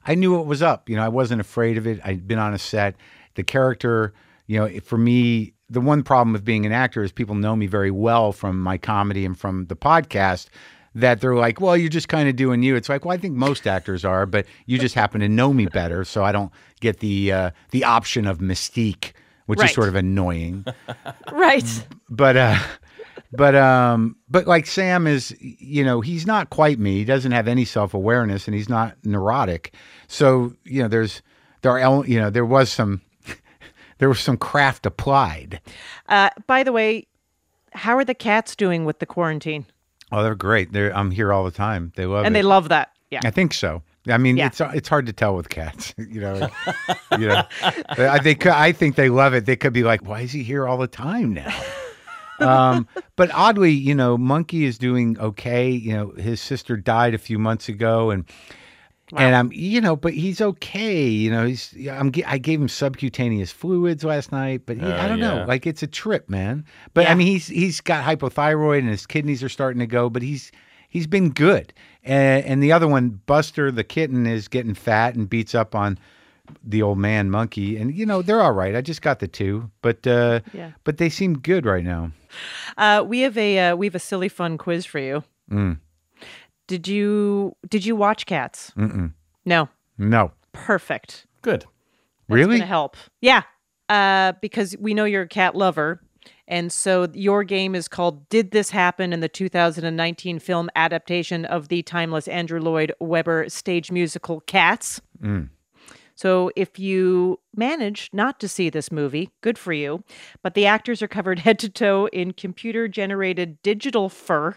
[SPEAKER 20] I knew what was up. You know, I wasn't afraid of it. I'd been on a set. The character, you know, it- for me, the one problem with being an actor is people know me very well from my comedy and from the podcast that they're like, well, you're just kind of doing you. It's like, well, I think most actors are, but you just happen to know me better, so I don't get the uh, the option of mystique, which
[SPEAKER 1] Right.
[SPEAKER 20] is sort of annoying
[SPEAKER 1] Right.
[SPEAKER 20] but uh but um but like sam is you know he's not quite me he doesn't have any self-awareness and he's not neurotic so you know there's there are el- you know there was some (laughs) there was some craft applied
[SPEAKER 1] Uh, by the way, how are the cats doing with the quarantine?
[SPEAKER 20] oh they're great they're i'm here all the time they love
[SPEAKER 1] and
[SPEAKER 20] it
[SPEAKER 1] they love that. Yeah.
[SPEAKER 20] i think so I mean, it's uh, it's hard to tell with cats. (laughs) You know,
[SPEAKER 1] (laughs)
[SPEAKER 20] you know, I think I think they love it. They could be like, "Why is he here all the
[SPEAKER 1] (laughs)
[SPEAKER 20] time now?" um, but oddly, you know, Monkey is doing okay. You know, his sister died a few months ago, and and I'm you know, but he's okay. You know, he's yeah, I'm g- I gave him subcutaneous fluids last night, but he,
[SPEAKER 15] Oh,
[SPEAKER 20] I don't
[SPEAKER 15] yeah.
[SPEAKER 20] know, like it's a trip, man. But I mean, he's he's got hypothyroid and his kidneys are starting to go, but he's he's been good. And, and the other one, Buster the kitten, is getting fat and beats up on the old man monkey and you know they're all right i just got the two but uh
[SPEAKER 1] Yeah.
[SPEAKER 20] but they seem good right now
[SPEAKER 1] Uh, we have a uh, we have a silly fun quiz for you.
[SPEAKER 20] Mm.
[SPEAKER 1] Did you did you watch Cats?
[SPEAKER 20] Mm-mm.
[SPEAKER 1] No.
[SPEAKER 20] mm, No.
[SPEAKER 1] Perfect.
[SPEAKER 2] Good.
[SPEAKER 1] It's
[SPEAKER 20] really?
[SPEAKER 1] gonna help. Yeah. Uh, because we know you're a cat lover. And so your game is called Did This Happen in the 2019 film adaptation of the timeless Andrew Lloyd Webber stage musical Cats?
[SPEAKER 20] Mm.
[SPEAKER 1] So if you manage not to see this movie, good for you. But the actors are covered (laughs) head to toe in computer generated digital fur.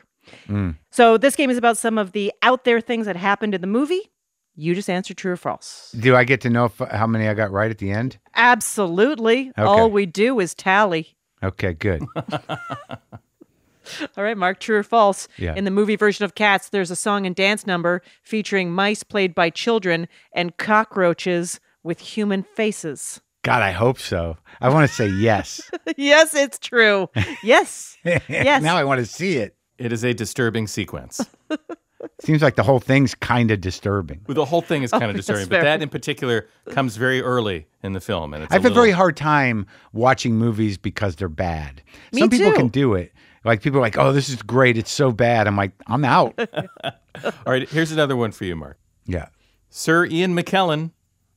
[SPEAKER 20] Mm.
[SPEAKER 1] So this game is about some of the out there things that happened in the movie. You just answer true or false.
[SPEAKER 20] do i get to know if, how many i got right at the end
[SPEAKER 1] Absolutely. All we do is tally.
[SPEAKER 20] okay good
[SPEAKER 1] All right, Mark, true or false?
[SPEAKER 20] Yeah.
[SPEAKER 1] In the movie version of Cats, there's a song and dance number featuring mice played by children and cockroaches with human faces. (laughs)
[SPEAKER 20] god i hope so i want to say yes
[SPEAKER 1] yes, it's
[SPEAKER 20] (laughs)
[SPEAKER 1] true. Yes. (laughs) yes.
[SPEAKER 20] now I want to see it.
[SPEAKER 2] It is a disturbing sequence.
[SPEAKER 20] Seems like the whole thing's kind of disturbing.
[SPEAKER 2] Well, the whole thing
[SPEAKER 20] (laughs)
[SPEAKER 2] is
[SPEAKER 20] Oh,
[SPEAKER 2] kind of
[SPEAKER 20] that's
[SPEAKER 2] disturbing, but
[SPEAKER 20] fair.
[SPEAKER 2] that in particular comes very early in the film, and it's
[SPEAKER 20] I have
[SPEAKER 2] a
[SPEAKER 20] a
[SPEAKER 2] little-
[SPEAKER 20] very hard time watching movies because they're bad.
[SPEAKER 2] Me
[SPEAKER 20] Some people
[SPEAKER 2] too.
[SPEAKER 20] can do it. Like people are like, "Oh, this is great. It's so bad." I'm like,
[SPEAKER 1] (laughs)
[SPEAKER 20] "I'm out."
[SPEAKER 2] All right, here's another one for you, Mark.
[SPEAKER 20] Yeah.
[SPEAKER 2] Sir Ian McKellen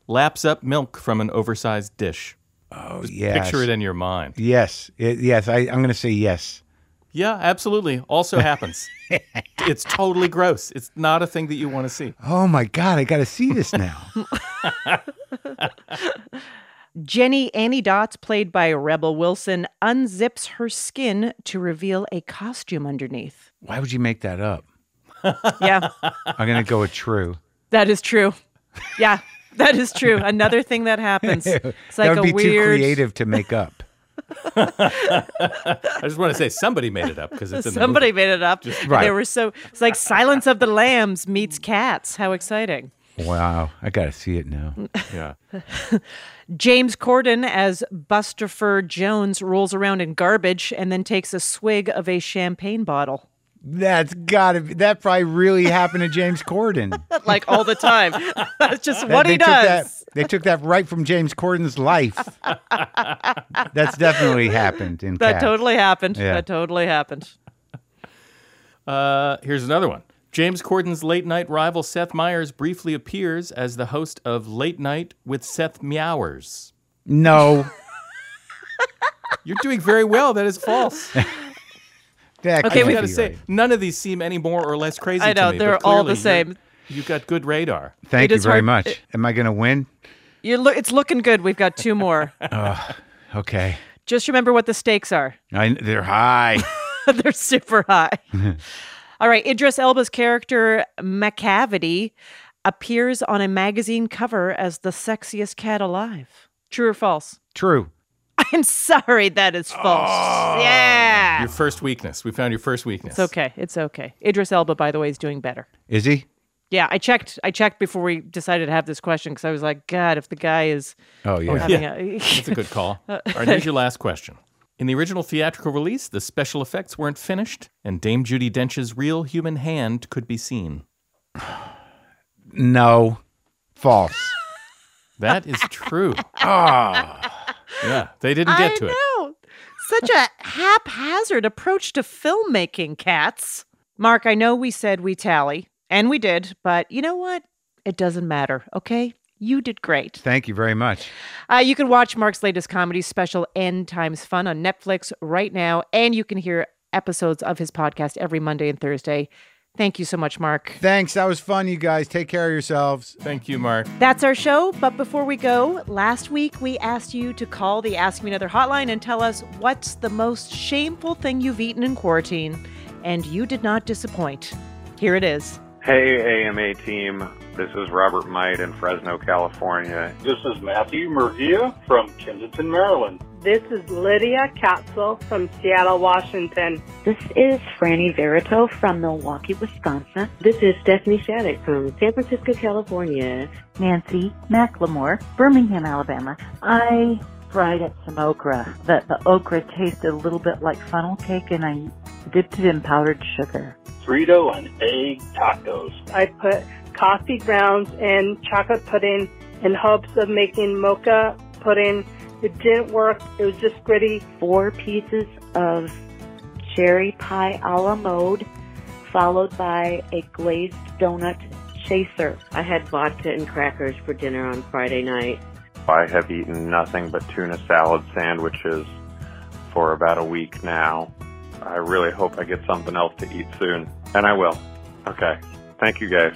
[SPEAKER 2] laps up milk from an oversized dish.
[SPEAKER 20] Oh,
[SPEAKER 2] yeah.
[SPEAKER 20] yes.
[SPEAKER 2] Picture it in your mind.
[SPEAKER 20] yes, it, yes. I, I'm going to say yes.
[SPEAKER 2] Yeah, absolutely.
[SPEAKER 1] (laughs)
[SPEAKER 2] Also happens. it's totally gross. It's not a thing that you want to see.
[SPEAKER 20] Oh my god, I got to
[SPEAKER 1] (laughs)
[SPEAKER 20] see this now.
[SPEAKER 1] Jenny Annie Dots, played by Rebel Wilson, unzips her skin to reveal a costume underneath.
[SPEAKER 20] Why would you make that up? (laughs)
[SPEAKER 1] Yeah,
[SPEAKER 20] I'm going to go with true.
[SPEAKER 1] that is true. Yeah, that is true. Another thing that happens. It's like
[SPEAKER 20] (laughs) that would
[SPEAKER 1] a
[SPEAKER 20] be
[SPEAKER 1] weird
[SPEAKER 20] too creative
[SPEAKER 1] (laughs)
[SPEAKER 20] to make up.
[SPEAKER 2] I just want to say somebody made it up because it's in the
[SPEAKER 1] Somebody
[SPEAKER 2] movie.
[SPEAKER 1] made it up.
[SPEAKER 2] Just-
[SPEAKER 1] They
[SPEAKER 20] Right.
[SPEAKER 1] were so it's like Silence of the Lambs meets Cats. How exciting!
[SPEAKER 20] Wow, I got to see it now.
[SPEAKER 2] Yeah.
[SPEAKER 1] James Corden as Busterford Jones rolls around in garbage and then takes a swig of a champagne bottle.
[SPEAKER 20] That's got to be. That probably really happened to James
[SPEAKER 1] (laughs)
[SPEAKER 20] Corden.
[SPEAKER 1] like all the time. (laughs) That's just
[SPEAKER 20] That-
[SPEAKER 1] what he
[SPEAKER 20] they took that-
[SPEAKER 1] does.
[SPEAKER 20] they took that right from James Corden's life. That's definitely happened in
[SPEAKER 1] (laughs) That
[SPEAKER 20] Cats.
[SPEAKER 1] totally happened.
[SPEAKER 20] Yeah.
[SPEAKER 1] That totally happened.
[SPEAKER 2] Uh, here's another one. James Corden's late night rival Seth Meyers briefly appears as the host of Late Night with Seth Meowers.
[SPEAKER 20] No.
[SPEAKER 2] You're doing very well. That
[SPEAKER 1] (laughs)
[SPEAKER 2] is false.
[SPEAKER 20] That
[SPEAKER 2] I
[SPEAKER 20] can't
[SPEAKER 2] gotta
[SPEAKER 20] be
[SPEAKER 2] say,
[SPEAKER 20] right.
[SPEAKER 2] none of these seem any more or less crazy.
[SPEAKER 1] I know,
[SPEAKER 2] to me,
[SPEAKER 1] they're
[SPEAKER 2] but
[SPEAKER 1] all the
[SPEAKER 2] clearly you're-
[SPEAKER 1] same.
[SPEAKER 2] You've got good radar.
[SPEAKER 20] Thank
[SPEAKER 1] It
[SPEAKER 20] you
[SPEAKER 1] is
[SPEAKER 20] very
[SPEAKER 1] hard-
[SPEAKER 20] much.
[SPEAKER 1] it-
[SPEAKER 20] Am I going to win?
[SPEAKER 1] You're lo- it's looking good. We've got two more.
[SPEAKER 20] Ugh, okay.
[SPEAKER 1] just remember what the stakes are.
[SPEAKER 20] I, they're high.
[SPEAKER 1] (laughs) They're super high. All right, Idris Elba's character McCavity appears on a magazine cover as the sexiest cat alive. True or false? (laughs)
[SPEAKER 20] True.
[SPEAKER 1] I'm sorry, that is false. Yeah.
[SPEAKER 2] Your first weakness. We found your first weakness.
[SPEAKER 1] It's okay. It's okay. Idris Elba, by the way, is doing better.
[SPEAKER 20] Is he?
[SPEAKER 1] Yeah, I checked. I checked before we decided to have this question because I was like, God, if the guy is.
[SPEAKER 20] Oh, yeah.
[SPEAKER 1] having a-
[SPEAKER 2] That's a good call.
[SPEAKER 1] (laughs) Uh,
[SPEAKER 2] All right, here's your last question. In the original theatrical release, the special effects weren't finished, and Dame Judy Dench's real human hand could be seen.
[SPEAKER 20] No. False.
[SPEAKER 2] That is
[SPEAKER 1] (laughs)
[SPEAKER 2] true.
[SPEAKER 20] Ah.
[SPEAKER 2] Yeah, they didn't get to
[SPEAKER 1] I
[SPEAKER 2] it.
[SPEAKER 1] know. Such a haphazard approach to filmmaking, cats. Mark, I know we said we tally, and we did, but you know what? It doesn't matter, okay? You did great.
[SPEAKER 20] Thank you very much.
[SPEAKER 1] Uh, you can watch Mark's latest comedy special, End Times Fun, on Netflix right now, and you can hear episodes of his podcast every Monday and Thursday. Thank you so much, Mark.
[SPEAKER 20] Thanks. That was fun, you guys. Take care of yourselves.
[SPEAKER 2] Thank you, Mark.
[SPEAKER 1] That's our show. But before we go, last week we asked you to call the Ask Me Another hotline and tell us what's the most shameful thing you've eaten in quarantine. And you did not disappoint. Here it is.
[SPEAKER 17] Hey, AMA team. This is Robert Might in Fresno, California.
[SPEAKER 21] This is Matthew Murgia from Kensington, Maryland.
[SPEAKER 22] This is Lydia Katzel from Seattle, Washington.
[SPEAKER 23] This is Franny Verito from Milwaukee, Wisconsin.
[SPEAKER 24] This is Stephanie Shattuck from San Francisco, California.
[SPEAKER 25] Nancy McLemore, Birmingham, Alabama. I fried up some okra. The, the okra tasted a little bit like funnel cake, and I dipped it in powdered sugar.
[SPEAKER 21] Burrito and egg tacos.
[SPEAKER 22] I put coffee grounds and chocolate pudding in hopes of making mocha pudding. It didn't work. It was just gritty.
[SPEAKER 24] Four pieces of cherry pie a la mode, followed by a glazed donut chaser. I had vodka and crackers for dinner on Friday night.
[SPEAKER 17] I have eaten nothing but tuna salad sandwiches for about a week now. I really hope I get something else to eat soon, and I will. Okay. Thank you guys.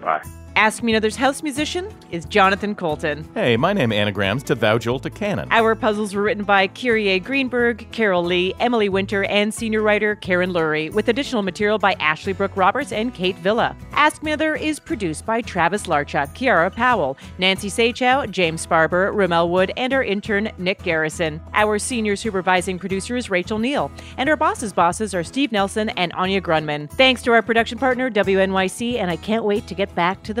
[SPEAKER 17] Bye.
[SPEAKER 1] Ask Me Another's house musician is Jonathan Colton.
[SPEAKER 2] Hey, my name anagrams to Thou Jolta Cannon.
[SPEAKER 1] Our puzzles were written by Kyrie Greenberg, Carol Lee, Emily Winter, and senior writer Karen Lurie, with additional material by Ashley Brooke Roberts and Kate Villa. Ask Me Another is produced by Travis Larchuk, Kiara Powell, Nancy Seychow, James Barber, Ramel Wood, and our intern Nick Garrison. Our senior supervising producer is Rachel Neal, and our bosses' bosses are Steve Nelson and Anya Grunman. Thanks to our production partner WNYC, and I can't wait to get back to the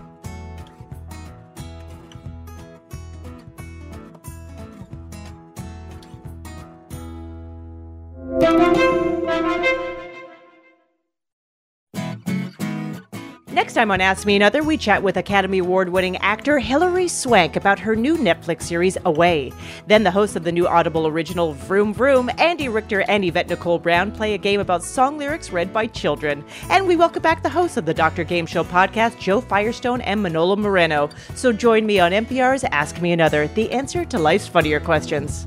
[SPEAKER 1] Next time on Ask Me Another, we chat with Academy Award winning actor Hilary Swank about her new Netflix series, Away. Then the hosts of the new Audible original, Vroom Vroom, Andy Richter and Yvette Nicole Brown play a game about song lyrics read by children. And we welcome back the hosts of the Dr. Game Show podcast, Joe Firestone and Manolo Moreno. So join me on NPR's Ask Me Another, the answer to life's funnier questions.